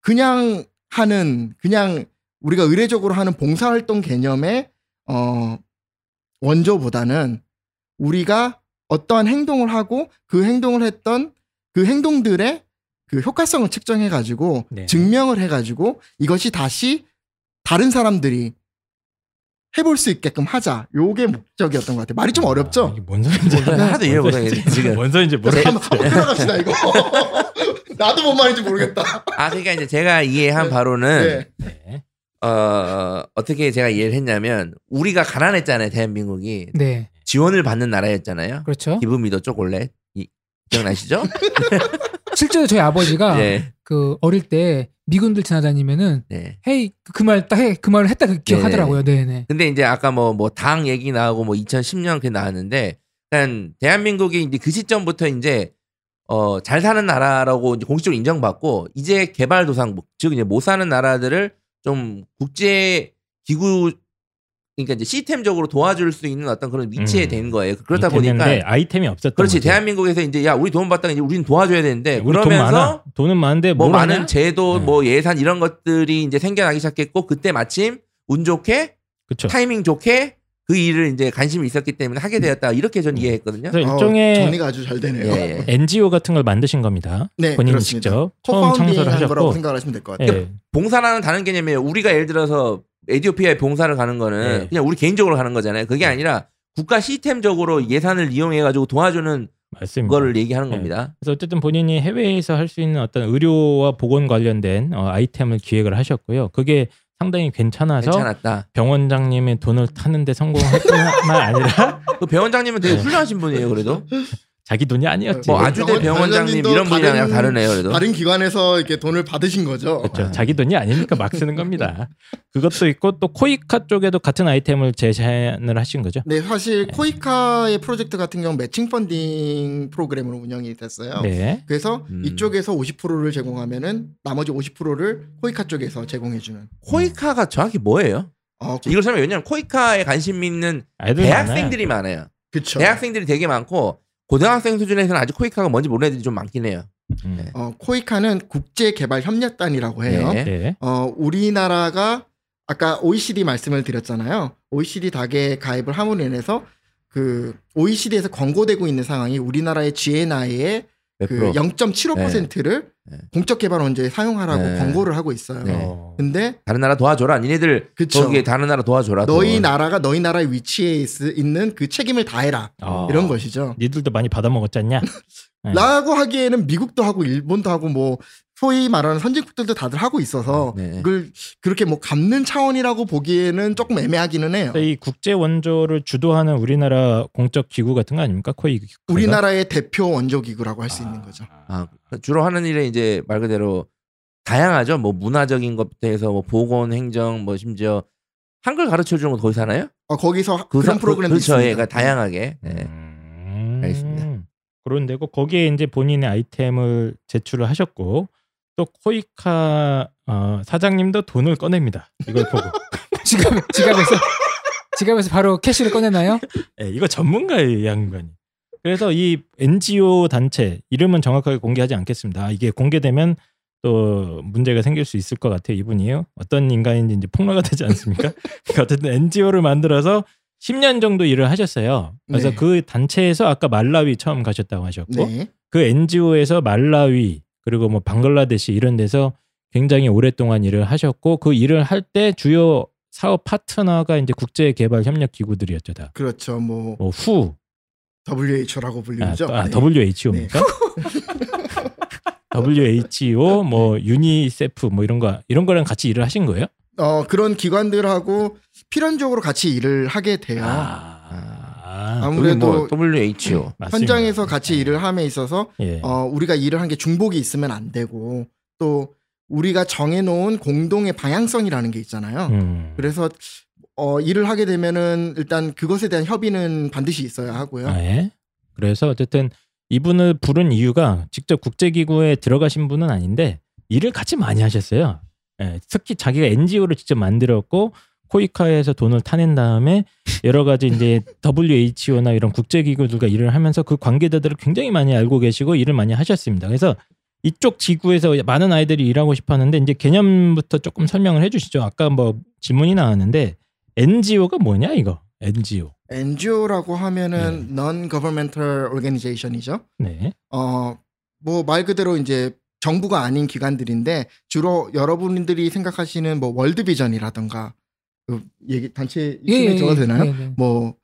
그냥 하는 그냥 우리가 의례적으로 하는 봉사활동 개념의 어 원조보다는 우리가 어떠한 행동을 하고 그 행동을 했던 그 행동들의 그 효과성을 측정해 가지고 네. 증명을 해 가지고 이것이 다시 다른 사람들이 해볼 수 있게끔 하자. 요게 목적이었던 것 같아요. 말이 좀 아, 어렵죠? 이게 뭔 소리인지 뭔 소리- 하나도 이해 뭔 못하겠네, 소리인지- 지금. 뭔 소리인지 모르겠어. 한번 한번 풀어갑시다 이거. 나도 뭔 말인지 모르겠다. 아 그러니까 이제 제가 이해한 바로는 네. 네. 어, 어떻게 제가 이해를 했냐면 우리가 가난했잖아요 대한민국이 네, 지원을 받는 나라였잖아요. 그렇죠. 기부미도 초콜렛 이- 기억나시죠? 실제로 저희 아버지가 네. 그 어릴 때 미군들 지나다니면은 네. 헤이 그말딱그 말을 했다 그 기억하더라고요. 네, 네. 근데 이제 아까 뭐 뭐 당 얘기 나오고 뭐 2010년 그 나왔는데 일단 대한민국이 이제 그 시점부터 이제 어 잘 사는 나라라고 이제 공식적으로 인정받고 이제 개발도상국 즉 이제 못 사는 나라들을 좀 국제 기구 그러니까 이제 시스템적으로 도와줄 수 있는 어떤 그런 위치에 음. 된 거예요. 그러다 이렇게 보니까 했는데 아이템이 없었던 그렇지 거죠. 예, 대한민국에서 이제 야 우리 돈 받다가 이제 우리는 도와줘야 되는데 우리 돈 많아. 그러면서 돈은 많은데 뭐 뭘 하냐? 많은 제도 네. 뭐 예산 이런 것들이 이제 생겨나기 시작했고 그때 마침 운 좋게 어, 그렇죠. 타이밍 좋게 그 일을 이제 관심이 있었기 때문에 네. 하게 되었다 이렇게 음. 전 이해했거든요. 그래서 어, 일종의 정리가 아주 잘 예, 되네요. 예. NGO 같은 걸 만드신 겁니다. 네, 본인이 그렇습니다. 직접 처음 창설을 코파운딩한 거라고 하셨고. 생각하시면 될 것 예. 같아요. 봉사라는 다른 개념이에요. 우리가 예를 들어서 에티오피아에 봉사를 가는 거는 네. 그냥 우리 개인적으로 가는 거잖아요. 그게 아니라 국가 시스템적으로 예산을 이용해 가지고 도와주는 맞습니다. 거를 얘기하는 네. 겁니다. 그래서 어쨌든 본인이 해외에서 할 수 있는 어떤 의료와 보건 관련된 어, 아이템을 기획을 하셨고요. 그게 상당히 괜찮아서 괜찮았다. 병원장님의 돈을 타는데 성공했뿐만 아니라 그 배원장님은 되게 네. 훌륭한 분이에요. 그래도 자기 돈이 아니었지. 뭐 네. 아주대 병원- 병원장님 병원장님도 이런 분이랑 다른- 약간 다르네요. 예. 그래도 다른 기관에서 이렇게 돈을 받으신 거죠. 그렇죠. 자기 돈이 아니니까 막 쓰는 겁니다. 그것도 있고 또 코이카 쪽에도 같은 아이템을 제시을 하신 거죠. 네, 사실 코이카의 프로젝트 같은 경우 매칭 펀딩 프로그램으로 운영이 됐어요. 네. 그래서 음. 이쪽에서 50%를 제공하면은 나머지 50%를 코이카 쪽에서 제공해주는. 코이카가 정확히 뭐예요? 어, 이걸 설명 왜냐면 코이카에 관심 있는 아이들 대학생들이 많아요. 그렇죠. 대학생들이 되게 많고 고등학생 수준에서는 아직 코이카가 뭔지 모르는 애들이 좀 많긴 해요. 음. 어, 코이카는 국제개발협력단이라고 해요. 네. 예. 어, 우리나라가 아까 OECD 말씀을 드렸잖아요. OECD 닥에 가입을 함으로 인해서 그 OECD에서 권고되고 있는 상황이 우리나라의 GNI의 몇 그 프로? 0.75%를 네. 공적 개발 원조에 사용하라고 네. 권고를 하고 있어요. 네. 어. 근데 다른 나라 도와줘라. 니네들 그쵸. 거기에 다른 나라 도와줘라. 너희 돈. 나라가 너희 나라의 위치에 있, 있는 그 책임을 다해라 아. 어. 이런 것이죠. 니들도 많이 받아먹었잖냐? 네. 라고 하기에는 미국도 하고 일본도 하고 뭐 소위 말하는 선진국들도 다들 하고 있어서 네. 그걸 그렇게 뭐 갚는 차원이라고 보기에는 조금 애매하기는 해요. 네. 네. 이 국제 원조를 주도하는 우리나라 공적 기구 같은 거 아닙니까? 코이 우리나라의 대표 원조 기구라고 할 수 있는 거죠. 아, 주로 하는 일에 이제 말 그대로 다양하죠. 뭐 문화적인 것부터 해서 뭐 보건, 행정, 뭐 심지어 한글 가르쳐 주는 거 거기서 하나요? 어, 거기서 그 그런 사- 프로그램이 그렇죠. 있습니다. 네. 예, 그러니까 다양하게. 예. 음. 알겠습니다. 그런데고 거기에 이제 본인의 아이템을 제출을 하셨고 또 코이카 어, 사장님도 돈을 꺼냅니다. 이걸 보고 지갑 지갑에서 지갑에서 바로 캐시를 꺼내나요? 예, 이거 전문가의 양반이. 그래서 이 NGO 단체 이름은 정확하게 공개하지 않겠습니다. 아, 이게 공개되면 또 문제가 생길 수 있을 것 같아요. 이분이요. 어떤 인간인지 이제 폭로가 되지 않습니까? 그러니까 어쨌든 NGO를 만들어서 10년 정도 일을 하셨어요. 그래서 네. 그 단체에서 아까 말라위 처음 가셨다고 하셨고 네. 그 NGO에서 말라위 그리고 뭐 방글라데시 이런 데서 굉장히 오랫동안 일을 하셨고 그 일을 할 때 주요 사업 파트너가 이제 국제 개발 협력 기구들이었죠 다. 그렇죠. 뭐 어. 뭐 후, WHO라고 아, 불리죠. 또- 아, 네. WHO입니까? WHO 뭐 유니세프 뭐 이런 거 이런 거랑 같이 일을 하신 거예요? 어, 그런 기관들하고 필연적으로 같이 일을 하게 돼요. 아, 아무- 그게 뭐 아무래도- WHO. 맞습니다. 네. 현장에서 같이 일을 함에 있어서 예. 어, 우리가 일을 한 게 중복이 있으면 안 되고 또 우리가 정해놓은 공동의 방향성이라는 게 있잖아요. 음. 그래서 어, 일을 하게 되면은 일단 그것에 대한 협의는 반드시 있어야 하고요. 아, 예. 그래서 어쨌든 이분을 부른 이유가 직접 국제기구에 들어가신 분은 아닌데 일을 같이 많이 하셨어요. 예, 특히 자기가 NGO를 직접 만들었고 코이카에서 돈을 타낸 다음에 여러 가지 이제 WHO나 이런 국제기구들과 일을 하면서 그 관계자들을 굉장히 많이 알고 계시고 일을 많이 하셨습니다. 그래서 이쪽 지구에서 많은 아이들이 일하고 싶었는데 이제 개념부터 조금 설명을 해주시죠. 아까 뭐 질문이 나왔는데 NGO가 뭐냐 이거 NGO. NGO라고 하면은 non-governmental organization이죠. 네. 어, 뭐 말 그대로 이제 정부가 아닌 기관들인데 주로 여러분들이 생각하시는 뭐 월드비전이라던가 그 얘기 단체 이름이 적어도 되나요? 예, 예. 뭐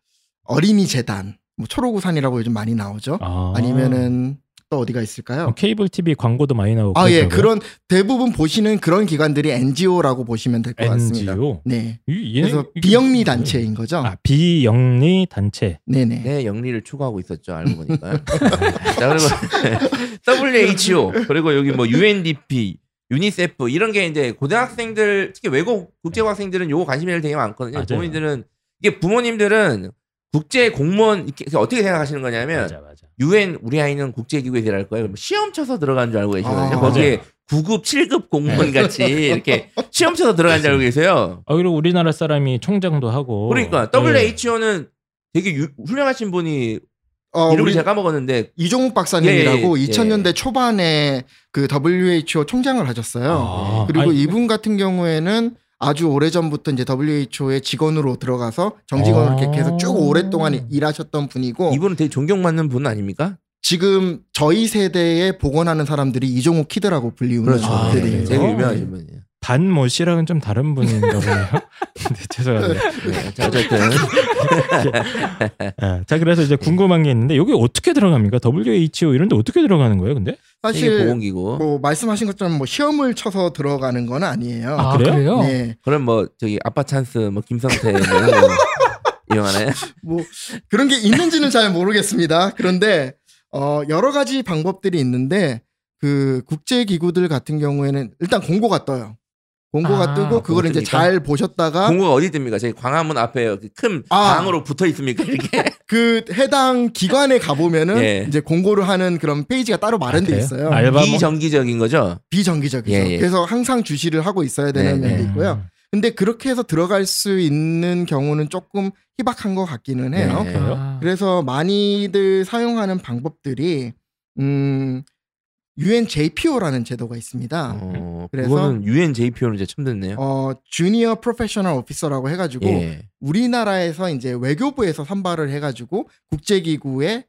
어린이 재단, 뭐 초록우산이라고 요즘 많이 나오죠. 아. 아. 니면은또 어디가 어, 있을까요? 케이블 TV 광고도 많이 나오고 아 예, 그러더라고요. 그런 대부분 보시는 그런 기관들이 NGO라고 보시면 될 것 같습니다. NGO. 네. 이- 얘네- 그래서 이게 비영리 무슨- 단체인 거죠. 아 비영리 단체. 네네. 내 영리를 추구하고 있었죠. 알고 보니까. 아, 자, 그리고 WHO 그리고 여기 뭐 UNDP, 유니세프 이런 게 이제 고등학생들 특히 외국 국제학생들은 요거 관심이 되게 많거든요. 맞아요. 부모님들은 이게 부모님들은 국제 공무원 이렇게 어떻게 생각하시는 거냐면 맞아 맞아. 유엔 우리 아이는 국제기구에 들어갈 거예요. 그럼 시험 쳐서 들어간 줄 알고 계시거든요. 아, 거기에 9급, 7급 공무원 네. 같이 이렇게 시험 쳐서 들어간 줄 알고 계세요. 아 그리고 우리나라 사람이 총장도 하고. 예. 그러니까 WHO는 되게 유- 훌륭하신 분이 어, 이름을 우리 제가 까먹었는데 이종욱 박사님이라고 예, 예, 예. 2000년대 초반에 그 WHO 총장을 하셨어요. 아, 그리고 아니, 이분 같은 경우에는 아주 오래전부터 이제 WHO의 직원으로 들어가서 정직원으로 어. 이렇게 계속 쭉 오랫동안 일하셨던 분이고 이분은 되게 존경받는 분 아닙니까? 지금 저희 세대에 복원하는 사람들이 이종욱 키드라고 불리우는 아, 분들이 그래요? 그렇죠. 되게 네. 유명하신 분이에요. 반모 씨랑은 좀 다른 분인가 보네요. 네, 죄송합니다. 네, 자, 어쨌든 네. 아, 자 그래서 이제 궁금한 게 있는데 여기 어떻게 들어갑니까? WHO 이런데 어떻게 들어가는 거예요? 근데 세계 사실 보건기구. 뭐 말씀하신 것처럼 뭐 시험을 쳐서 들어가는 건 아니에요. 아, 그래요? 그래요? 네, 그럼 뭐 저기 아빠 찬스, 뭐 김성태 뭐 이런 거 이용하나요? 뭐 그런 게 있는지는 잘 모르겠습니다. 그런데 어 여러 가지 방법들이 있는데 그 국제 기구들 같은 경우에는 일단 공고가 떠요. 공고가 아, 뜨고 그걸 이제 그렇습니까? 잘 보셨다가 공고가 어디 뜹니까? 저희 광화문 앞에 그큰 아. 방으로 붙어 있습니까? 이렇게 그 해당 기관에 가보면은 예. 이제 공고를 하는 그런 페이지가 따로 마련돼 그래요? 있어요. 알바 뭐- 비정기적인 거죠. 비정기적이죠. 예, 예. 그래서 항상 주시를 하고 있어야 되는 네, 예. 면도 네. 음. 있고요. 근데 그렇게 해서 들어갈 수 있는 경우는 조금 희박한 것 같기는 해요. 네. 아, 그래서 많이들 사용하는 방법들이 음 UNJPO라는 제도가 있습니다. 어, 아, 그래서- 그거는 UNJPO는 이제 처음 듣네요. 어 주니어 프로페셔널 오피서라고 해가지고 예. 우리나라에서 이제 외교부에서 선발을 해가지고 국제기구에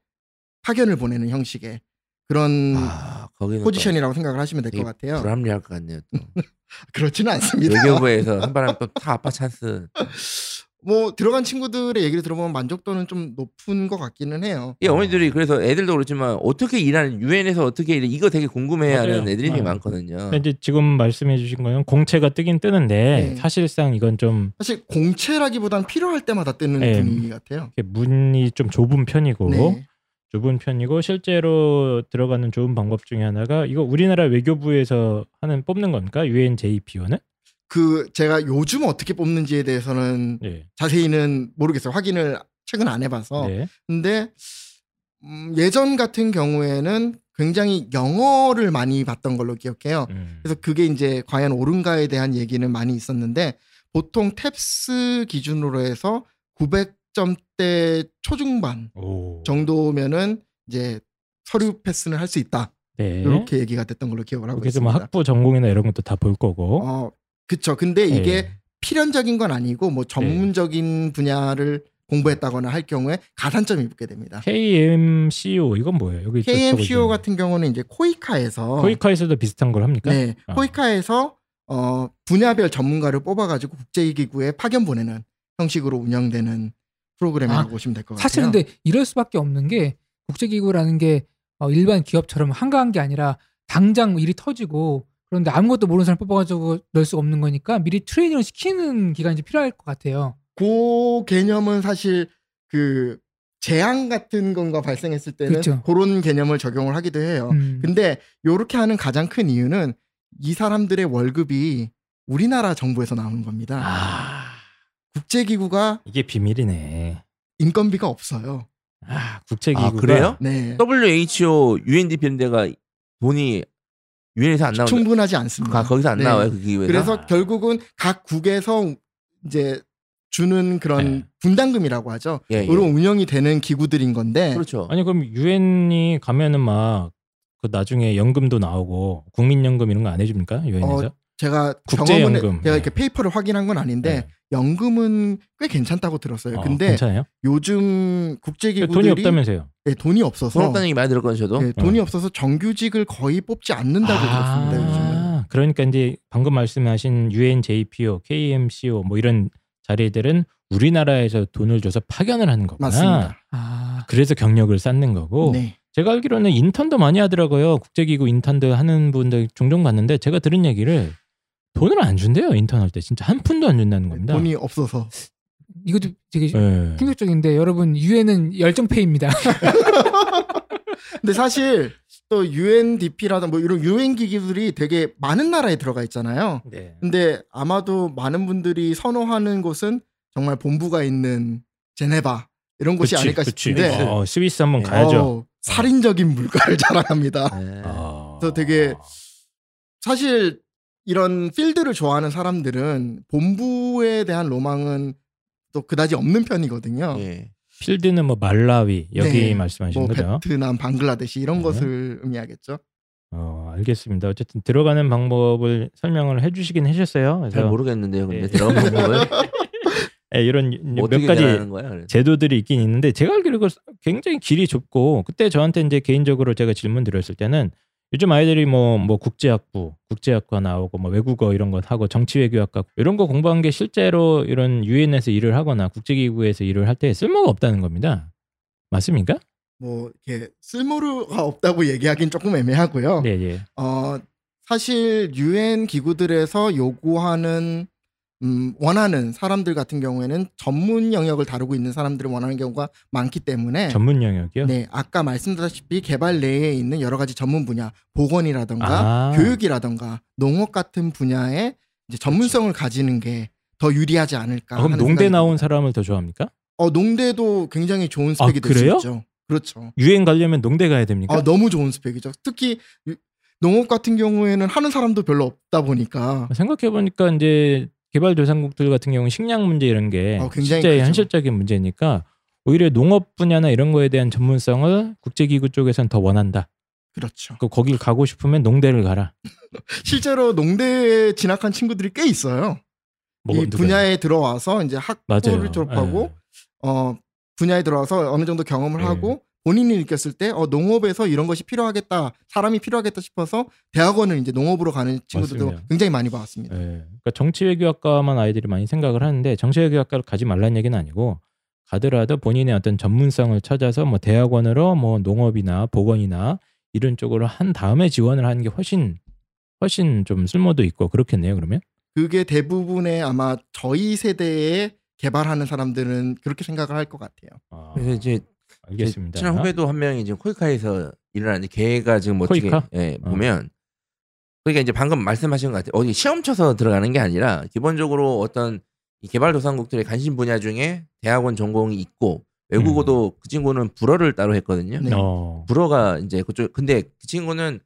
파견을 보내는 형식의 그런 아, 거기는 음, 포지션이라고 생각을 하시면 될 되게 또것 같아요. 불합리할 것 같네요. 또. 그렇지는 않습니다. 외교부에서 한바람 또다 아빠 찬스. 뭐 들어간 친구들의 얘기를 들어보면 만족도는 좀 높은 것 같기는 해요. 이 어머니들이 그래서 애들도 그렇지만 어떻게 일하는 유엔에서 어떻게 일해 이거 되게 궁금해하는 맞아요. 애들이 되게 어. 많거든요. 이제 지금 말씀해 주신 거는 공채가 뜨긴 뜨는데 네. 사실상 이건 좀 사실 공채라기보단 필요할 때마다 뜨는 예. 네. 분위기 같아요. 이렇게 문이 좀 좁은 뭐? 편이고 네. 좁은 편이고 실제로 들어가는 좋은 방법 중에 하나가 이거 우리나라 외교부에서 하는 뽑는 건가 UNJPO는? 그 제가 요즘 어떻게 뽑는지에 대해서는 네. 자세히는 모르겠어요. 확인을 최근 안 해봐서. 네. 근데 음, 예전 같은 경우에는 굉장히 영어를 많이 봤던 걸로 기억해요. 음. 그래서 그게 이제 과연 옳은가에 대한 얘기는 많이 있었는데 보통 탭스 기준으로 해서 900점대 초중반 오. 정도면은 이제 서류 패스는 할 수 있다 네. 이렇게 얘기가 됐던 걸로 기억을 하고 그래서 있습니다. 뭐 학부 전공이나 이런 것도 다 볼 거고. 어 그쵸. 근데 이게 네. 필연적인 건 아니고 네. 뭐 전문적인 분야를 공부했다거나 할 경우에 가산점이 붙게 됩니다. KMCO 이건 뭐예요? 여기 저- 그렇죠, 저거 KMCO 있잖아요. 같은 경우는 이제 코이카에서 코이카에서도 비슷한 걸 합니까? 네 아. 코이카에서 어, 분야별 전문가를 뽑아가지고 국제기구에 파견 보내는 형식으로 운영되는 프로그램이라고 아, 보시면 될 것 같아요. 사실 근데 이럴 수밖에 없는 게 국제기구라는 게 어, 일반 기업처럼 한가한 게 아니라 당장 뭐 일이 터지고 그런데 아무것도 모르는 사람 뽑아가지고 넣을 수가 없는 거니까 미리 트레이닝을 시키는 기간이 좀 필요할 것 같아요. 그 개념은 사실 그 재앙 같은 건가 발생했을 때는 그쵸. 그런 개념을 적용을 하기도 해요. 음. 어, 근데 요렇게 하는 가장 큰 이유는 이 사람들의 월급이 우리나라 정부에서 나오는 겁니다. 아 국제기구가 이게 비밀이네. 인건비가 없어요. 아 국제기구가 아 그래요? 네. WHO, UNDP 이런 데가 돈이 유엔에서 안 나오죠. 충분하지 않습니다. 아, 거기서 안 네. 나와요 그 기회가. 그래서 결국은 각 국에서 이제 주는 그런 네. 분담금이라고 하죠. 예, 예. 으로 운영이 되는 기구들인 건데 그렇죠. 아니 그럼 유엔이 가면은 막 그 나중에 연금도 나오고 국민연금 이런 거 안 어, 해줍니까 유엔에서? 제가 국제연금. 경험은 제가 이렇게 네. 페이퍼를 확인한 건 아닌데 연금은 꽤 괜찮다고 들었어요. 어, 네, 근데 괜찮아요? 그 요즘 국제기구들이 돈이 없다면서요? 네, 돈이 없어서 손없다는 얘기 많이 들었거든요 저도. 네, 돈이 없어서 정규직을 거의 뽑지 않는다고 아, 들었습니다. 요즘은. 그러니까 이제 방금 말씀하신 UNJPO, KMCO 뭐 이런 자리들은 우리나라에서 돈을 줘서 파견을 하는 거구나. 맞습니다. 아, 그래서 경력을 쌓는 거고 네. 제가 알기로는 인턴도 많이 하더라고요. 국제기구 인턴도 하는 분들 종종 봤는데 제가 들은 얘기를 돈을 안 준대요 인턴할 때 진짜 한 푼도 안 준다는 겁니다. 네, 돈이 없어서 이것도 되게 네. 예. 충격적인데 여러분 유엔은 열정페이입니다. 근데 사실 또 UNDP라든 뭐 이런 UN 기기들이 되게 많은 나라에 들어가 있잖아요. 네. 근데 아마도 많은 분들이 선호하는 곳은 정말 본부가 있는 제네바 이런 곳이 그치, 아닐까 그치. 싶은데 어, 스위스 한번 네. 가야죠. 어우, 살인적인 물가를 자랑합니다. 네. 어. 그래서 되게 사실 이런 필드를 좋아하는 사람들은 본부에 대한 로망은 또 그다지 없는 편이거든요. 예. 필드는 뭐 말라위 여기 네. 말씀하신 뭐 거죠? 베트남, 방글라데시 이런 네. 것을 의미하겠죠. 어, 알겠습니다. 어쨌든 들어가는 방법을 설명을 해주시긴 해주셨어요. 잘 그래서 모르겠는데요. 근데 예. 들어가는 거예요. 예, 이런 몇 어떻게 가지 가는 거야? 그래서. 제도들이 있긴 있는데 제가 알기로 그 굉장히 길이 좁고 그때 저한테 이제 개인적으로 제가 질문 드렸을 때는 요즘 아이들이 뭐 뭐 국제학부, 국제학과 나오고 뭐 외국어 이런 거 하고 정치외교학과 이런 거 공부한 게 실제로 이런 유엔에서 일을 하거나 국제기구에서 일을 할 때 쓸모가 없다는 겁니다. 맞습니까? 뭐 이렇게 쓸모가 없다고 얘기하긴 조금 애매하고요. 네, 예. 어, 사실 유엔 기구들에서 요구하는 음, 원하는 사람들 같은 경우에는 전문 영역을 다루고 있는 사람들을 원하는 경우가 많기 때문에 전문 영역이요. 네, 아까 말씀드렸다시피 개발 내에 있는 여러 가지 전문 분야, 보건이라던가 아. 교육이라던가 농업 같은 분야에 이제 전문성을 가지는 게 더 유리하지 않을까. 아, 그럼 하는 농대 생각이 나온 듭니다. 사람을 더 좋아합니까? 어, 농대도 굉장히 좋은 스펙이 될 아, 수 그래요? 그러니까 있죠. 그렇죠. 유엔 가려면 농대 가야 됩니까? 아, 너무 좋은 스펙이죠. 특히 네. 유- 농업 같은 경우에는 하는 사람도 별로 없다 보니까 생각해 보니까 이제 개발도상국들 같은 경우는 식량 문제 이런 게 어, 굉장히 실제 크죠. 현실적인 문제니까 오히려 농업 분야나 이런 거에 대한 전문성을 국제기구 쪽에서는 더 원한다. 그렇죠. 그 거길 가고 싶으면 농대를 가라. 실제로 농대에 진학한 친구들이 꽤 있어요. 뭐, 이 누구야? 분야에 들어와서 이제 맞아요. 네. 학부를 졸업하고 어 분야에 들어와서 어느 정도 경험을 예. 하고 본인이 느꼈을 때 어 농업에서 이런 것이 필요하겠다 사람이 필요하겠다 싶어서 대학원을 이제 농업으로 가는 친구들도 맞습니다. 굉장히 많이 봤습니다. 예. 그러니까 정치외교학과만 아이들이 많이 생각을 하는데 정치외교학과를 가지 말라는 얘기는 아니고 가더라도 본인의 어떤 전문성을 찾아서 뭐 대학원으로 뭐 농업이나 보건이나 이런 쪽으로 한 다음에 지원을 하는 게 훨씬 훨씬 좀 쓸모도 있고 그렇겠네요. 그러면 그게 대부분의 아마 저희 세대에 개발하는 사람들은 그렇게 생각을 할 것 같아요. 아, 그래서 예, 이제 제 알겠습니다. 친한 후배도 한 명이 지금 코이카에서 일을 하는데 걔가 지금 멋지게 코이카? 예, 어. 보면 그러니까 이제 방금 말씀하신 것 같아요. 어디 시험 쳐서 들어가는 게 아니라 기본적으로 어떤 이 개발도상국들의 관심 분야 중에 대학원 전공이 있고 외국어도 음. 그 친구는 불어를 따로 했거든요. 네. 어. 불어가 이제 그쪽 근데 그 친구는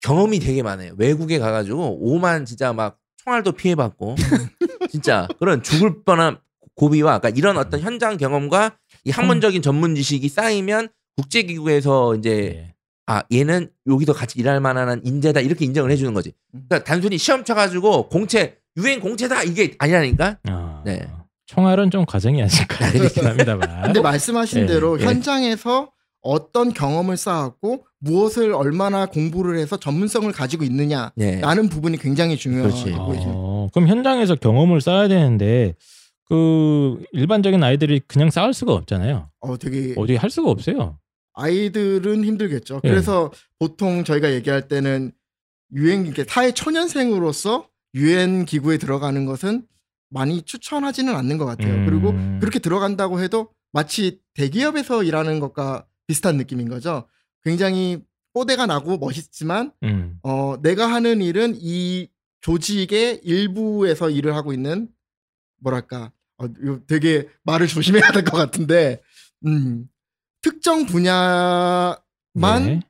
경험이 되게 많아요. 외국에 가가지고 오만 진짜 막 총알도 피해봤고 진짜 그런 죽을 뻔한 고비와 아까 이런 어떤 현장 경험과 음. 이 학문적인 전문 지식이 쌓이면 국제기구에서 네. 이제 예. 아 얘는 여기서 같이 일할 만한 인재다 이렇게 인정을 해주는 거지. 음. 그러니까 단순히 시험 쳐가지고 공채 유엔 공채다 이게 아니라니까. 아, 네. 총알은 좀 과정이 아닐까 이렇게 합니다만. 근데 말씀하신 예, 대로 예. 현장에서 어떤 경험을 쌓았고 무엇을 얼마나 공부를 해서 전문성을 가지고 있느냐라는 네. 부분이 굉장히 그렇지. 중요하고 있습니다. 어, 그럼 현장에서 경험을 쌓아야 되는데 그 일반적인 아이들이 그냥 쌓을 수가 없잖아요. 어 되게 어디 할 수가 없어요. 아이들은 힘들겠죠. 예. 그래서 보통 저희가 얘기할 때는 유엔 이렇게 사회 초년생으로서 유엔 기구에 들어가는 것은 많이 추천하지는 않는 것 같아요. 음. 그리고 그렇게 들어간다고 해도 마치 대기업에서 일하는 것과 비슷한 느낌인 거죠. 굉장히 뽀대가 나고 멋있지만 음. 어, 내가 하는 일은 이 조직의 일부에서 일을 하고 있는 뭐랄까 어, 이거 되게 말을 조심해야 될 것 같은데 음, 특정 분야에 네. 만?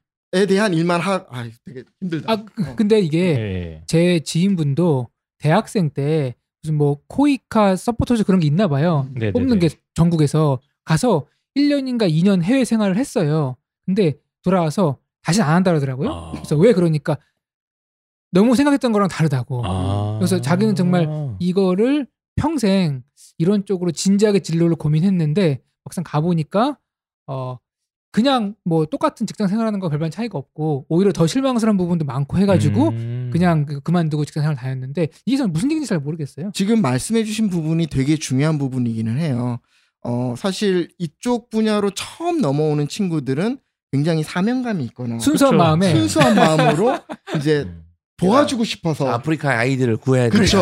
대한 일만 하. 아 되게 힘들다. 어. 아 그- 근데 이게 네. 예. 제 지인분도 대학생 때 무슨 뭐 코이카 서포터즈 그런 게 있나 음. 봐요. 네, 네, 뽑는 네. 게 전국에서 가서 1년인가 2년 해외 생활을 했어요. 근데 돌아와서 다시 안 한다 그러더라고요. 아. 그래서 왜 그러니까 너무 생각했던 거랑 다르다고. 아. 음. 그래서 자기는 정말 이거를 평생 이런 쪽으로 진지하게 진로를 고민했는데 막상 가보니까 어 그냥 뭐 똑같은 직장 생활하는 거 별반 차이가 없고 오히려 더 실망스러운 부분도 많고 해가지고 음. 그냥 그- 그만두고 직장 생활 다녔는데 이게 저는 무슨 얘기인지 잘 모르겠어요. 지금 말씀해주신 부분이 되게 중요한 부분이기는 해요. 어, 사실 이쪽 분야로 처음 넘어오는 친구들은 굉장히 사명감이 있거나 순수한 어, 그쵸. 마음에 순수- 순수한 마음으로 이제 음. 도와주고 싶어서 아프리카의 아이들을 구해야 돼. 그렇죠.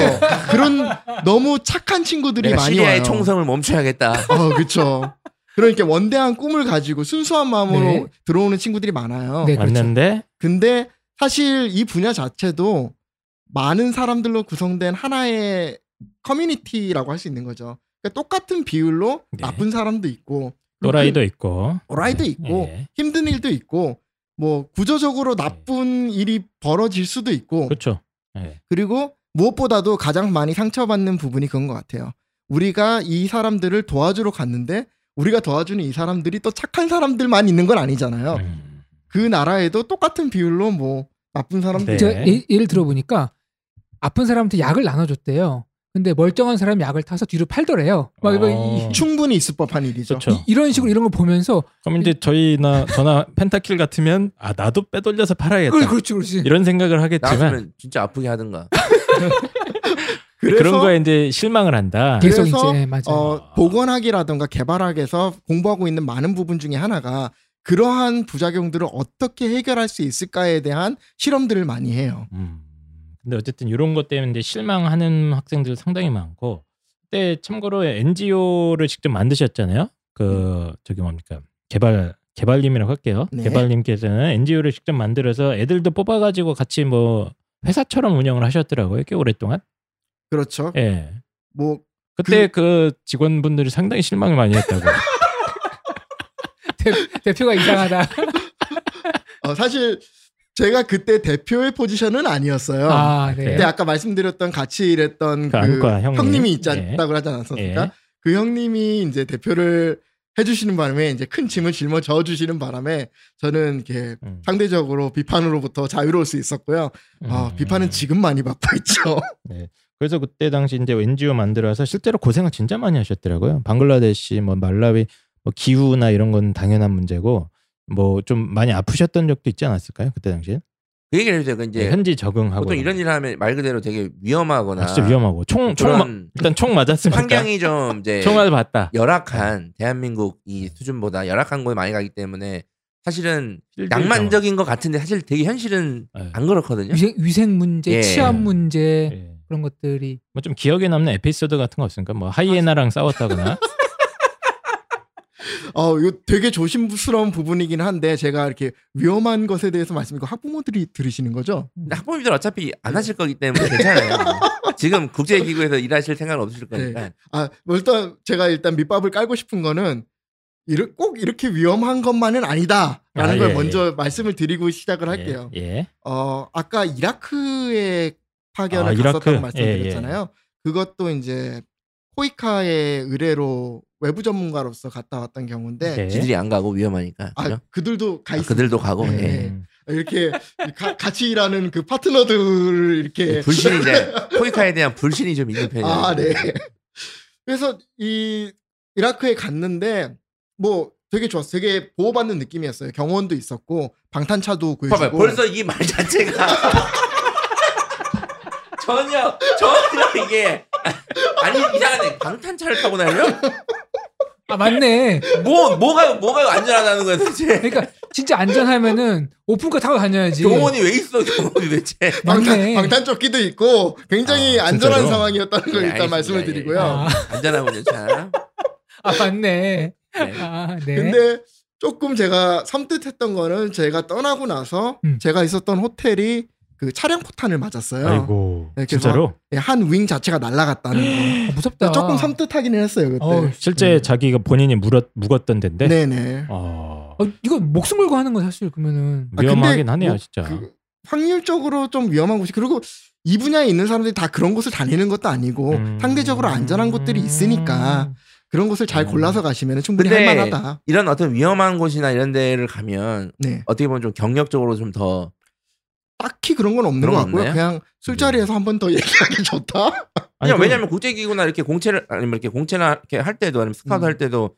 그런 너무 착한 친구들이 내가 많이 와요. 시리아의 총성을 멈춰야겠다. 어, 그렇죠. 그러니까 원대한 꿈을 가지고 순수한 마음으로 네. 들어오는 친구들이 많아요. 네, 그렇죠. 맞는데 근데 사실 이 분야 자체도 많은 사람들로 구성된 하나의 커뮤니티라고 할 수 있는 거죠. 그러니까 똑같은 비율로 네. 나쁜 사람도 있고 또라이도 있고 또라이도 예. 있고 예. 힘든 일도 있고 뭐 구조적으로 나쁜 일이 벌어질 수도 있고 네. 그렇죠. 예. 그리고 무엇보다도 가장 많이 상처받는 부분이 그건 것 같아요. 우리가 이 사람들을 도와주러 갔는데 우리가 도와주는 이 사람들이 또 착한 사람들만 있는 건 아니잖아요. 음. 그 나라에도 똑같은 비율로 뭐 나쁜 네. 사람들 제가 예, 예를 들어보니까 아픈 사람한테 약을 나눠줬대요. 근데 멀쩡한 사람이 약을 타서 뒤로 팔더래요. 막 이거 어. 이- 충분히 있을 법한 일이죠. 그렇죠. 이- 이런 식으로 이런 걸 보면서 그럼 이제 저희나 저나 펜타킬 같으면 아 나도 빼돌려서 팔아야겠다. 예. 그래, 그렇지 그렇지. 이런 생각을 하겠지만 나왔으면 진짜 아프게 하든가. 그래서 그런 거에 이제 실망을 한다. 그- 계속 그래서, 이제 맞아요. 어, 보건학이라던가 개발학에서 공부하고 있는 많은 부분 중에 하나가 그러한 부작용들을 어떻게 해결할 수 있을까에 대한 실험들을 많이 해요. 음. 근데 어쨌든 이런 것 때문에 이제 실망하는 학생들 상당히 많고 그때 참고로 NGO를 직접 만드셨잖아요. 그 저기 뭡니까 개발 개발님이라고 할게요. 음. 네. 개발님께서는 NGO를 직접 만들어서 애들도 뽑아가지고 같이 뭐 회사처럼 운영을 하셨더라고요. 꽤 오랫동안. 그렇죠. 예. 뭐 그때 그, 직원분들이 상당히 실망을 많이 했다고. 아, 대, 표가 이상하다. 어, 사실 제가 그때 대표의 포지션은 아니었어요. 아, 네. 근데 아까 말씀드렸던 같이 일했던 예. 그 그, 안과 형님. 형님. 이 있지 예. 않다고 하지 않았습니까? 예. 그 형님이 이제 대표를 해주시는 바람에 이제 큰 짐을 짊어져 주시는 바람에 저는 이렇게 음. 상대적으로 비판으로부터 자유로울 수 있었고요. 아, 음. 비판은 지금 많이 받고 있죠. 그래서 그때 당시 이제 NGO 만들어서 실제로 고생을 진짜 많이 하셨더라고요. 방글라데시, 뭐 말라위, 뭐 기후나 이런 건 당연한 문제고 뭐 좀 많이 아프셨던 적도 있지 않았을까요? 그때 당시 그 얘기를 해주세요. 그 이제 네, 현지 적응하고 보통 이런 일을 하면 말 그대로 되게 위험하거나 아, 진짜 위험하고 총총 그런 일단 총 맞았으니까 환경이 예, 좀 이제 총을 봤다. 열악한 대한민국 이 수준보다 열악한 곳에 많이 가기 때문에 사실은 실질적으로. 낭만적인 것 같은데 사실 되게 현실은 예. 안 그렇거든요. 위생, 위생 문제, 예. 치안 문제 예. 그런 것들이 뭐좀 기억에 남는 에피소드 같은 거 없습니까? 뭐 아, 하이에나랑 싸웠다거나 어, 이거 되게 조심스러운 부분이긴 한데 제가 이렇게 위험한 것에 대해서 말씀드리고 학부모들이 들으시는 거죠. 근데 학부모님들 어차피 안 하실 거기 때문에 괜찮아요. 지금 국제기구에서 일하실 생각은 없으실 네. 거니까. 아, 뭐 일단 제가 일단 밑밥을 깔고 싶은 거는 이르- 꼭 이렇게 위험한 것만은 아니다라는 아, 걸 예, 먼저 말씀을 드리고 시작을 예, 할게요. 예. 어, 아까 이라크에 파견을 아, 이라크. 갔었다고 예, 말씀드렸잖아요. 그것도 이제 코이카의 의뢰로 외부 전문가로서 갔다 왔던 경우인데 예. 지들이 안 가고 위험하니까. 아, 그죠? 그들도 가 아, 있습니다. 그들도 가고. 예, 예. 예. 음. 이렇게 가- 같이 일하는 그 파트너들을 이렇게 네, 불신이 예, 이제 코이카에 대한 불신이 좀 있는 편이에요. 네. 아, 네. 그래서 이 이라크에 갔는데 뭐 되게 좋았어. 되게 보호받는 느낌이었어요. 경호원도 있었고 방탄차도 봐봐요. 구해주고 벌써 이 말 자체가 전혀 전혀 이게 아니 이상한데 방탄차를 타고 다녀요? 아 맞네. 뭐 뭐가 뭐가 안전하다는 거야 도대체? 그러니까 진짜 안전하면은 오픈카 타고 다녀야지. 경원이 왜 있어 경원이 대체? 방탄, 맞네. 방탄조끼도 있고 굉장히 아, 안전한 진짜로? 네, 상황이었다는 걸 예, 일단 알겠습니다. 말씀을 예, 드리고요. 아, 안전하군요 참. 아 맞네. 네. 아 예. 네. 근데 조금 제가 섬뜩했던 거는 제가 떠나고 나서 음. 제가 있었던 호텔이 그 차량 포탄을 맞았어요. 아이고 네, 그래서 진짜로 한 윙 자체가 날아갔다는 아, 거. 무섭다. 조금 섬뜩하기는 했어요 그때. 어우, 실제 음. 자기가 본인이 물었 묵었던 데인데 네네. 어, 어, 이거 목숨 걸고 하는 건 사실 그러면은 아, 위험하긴 근데 하네요 뭐 진짜. 그 확률적으로 좀 위험한 곳이 그리고 이 분야에 있는 사람들이 다 그런 곳을 다니는 것도 아니고 음. 뭐 상대적으로 안전한 곳들이 있으니까 그런 곳을 잘 음. 골라서 가시면 충분히 근데- 할만하다. 이런 어떤 위험한 곳이나 이런 데를 가면 네, 어떻게 보면 좀 경력적으로 좀 더 딱히 그런 건 없는 그런 것 건 같고요. 없나요? 네. 그냥 술자리에서 한 번 더 얘기하기 좋다. 아니, 그냥 그럼- 왜냐면 국제기구나 이렇게 공채를 아니면 이렇게 공채나 이렇게 할 때도 아니면 스카우트 음. 할 때도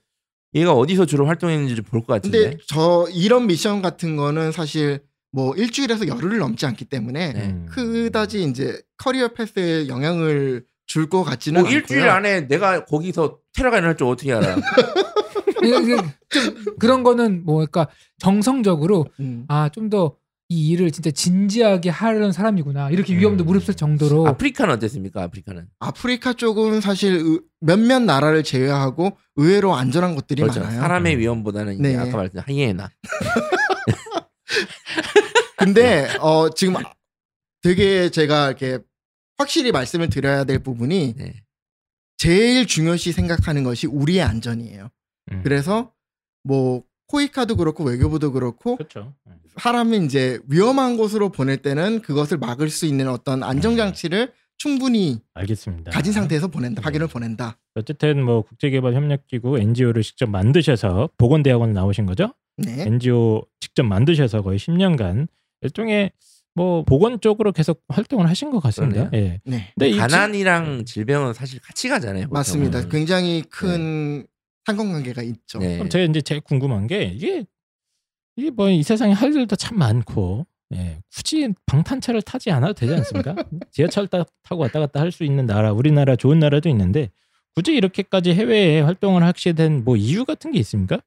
얘가 어디서 주로 활동했는지 좀 볼 것 같은데. 근데 저 이런 미션 같은 거는 사실 뭐 일주일에서 열흘을 넘지 않기 때문에 네. 음. 그다지 이제 커리어 패스에 영향을 줄 것 같지는 뭐 않고요. 일주일 안에 내가 거기서 테러가 일어날 줄 어떻게 알아? 이게- 이게 좀 그런 거는 뭐 그러니까 정성적으로 음. 아 좀 더 이 일을 진짜 진지하게 하려는 사람이구나 이렇게 음. 위험도 무릅쓸 어. 정도로 아프리카는 어땠습니까? 아프리카는 아프리카 쪽은 사실 의- 몇몇 나라를 제외하고 의외로 안전한 곳들이 그렇죠. 많아요. 사람의 음. 위험보다는 이제 네. 아까 말했던 하이에나. 네. 근데 어 지금 되게 제가 이렇게 확실히 말씀을 드려야 될 부분이 네. 제일 중요시 생각하는 것이 우리의 안전이에요. 음. 그래서 뭐 코이카도 그렇고 외교부도 그렇고 그렇죠. 사람을 이제 위험한 곳으로 보낼 때는 그것을 막을 수 있는 어떤 안정장치를 충분히 알겠습니다. 가진 상태에서 보낸다, 네. 파견을 보낸다. 어쨌든 뭐 국제개발협력기구 NGO를 직접 만드셔서 보건대학원 나오신 거죠? 네. NGO 직접 만드셔서 거의 10년간 일종의 뭐 보건 쪽으로 계속 활동을 하신 것 같습니다. 예. 네. 근데 이 가난이랑 질병은 사실 같이 가잖아요. 보통. 맞습니다. 그러니까. 굉장히 큰 상관관계가 있죠. 네. 그럼 제가 이제 제일 궁금한 게 이게 이게 뭐 이 세상에 할 일도 참 많고 예, 굳이 방탄차를 타지 않아도 되지 않습니까? 지하철 타, 고 왔다 갔다 할 수 있는 나라, 우리나라 좋은 나라도 있는데 굳이 이렇게까지 해외에 활동을 하게 된 뭐 이유 같은 게 있습니까?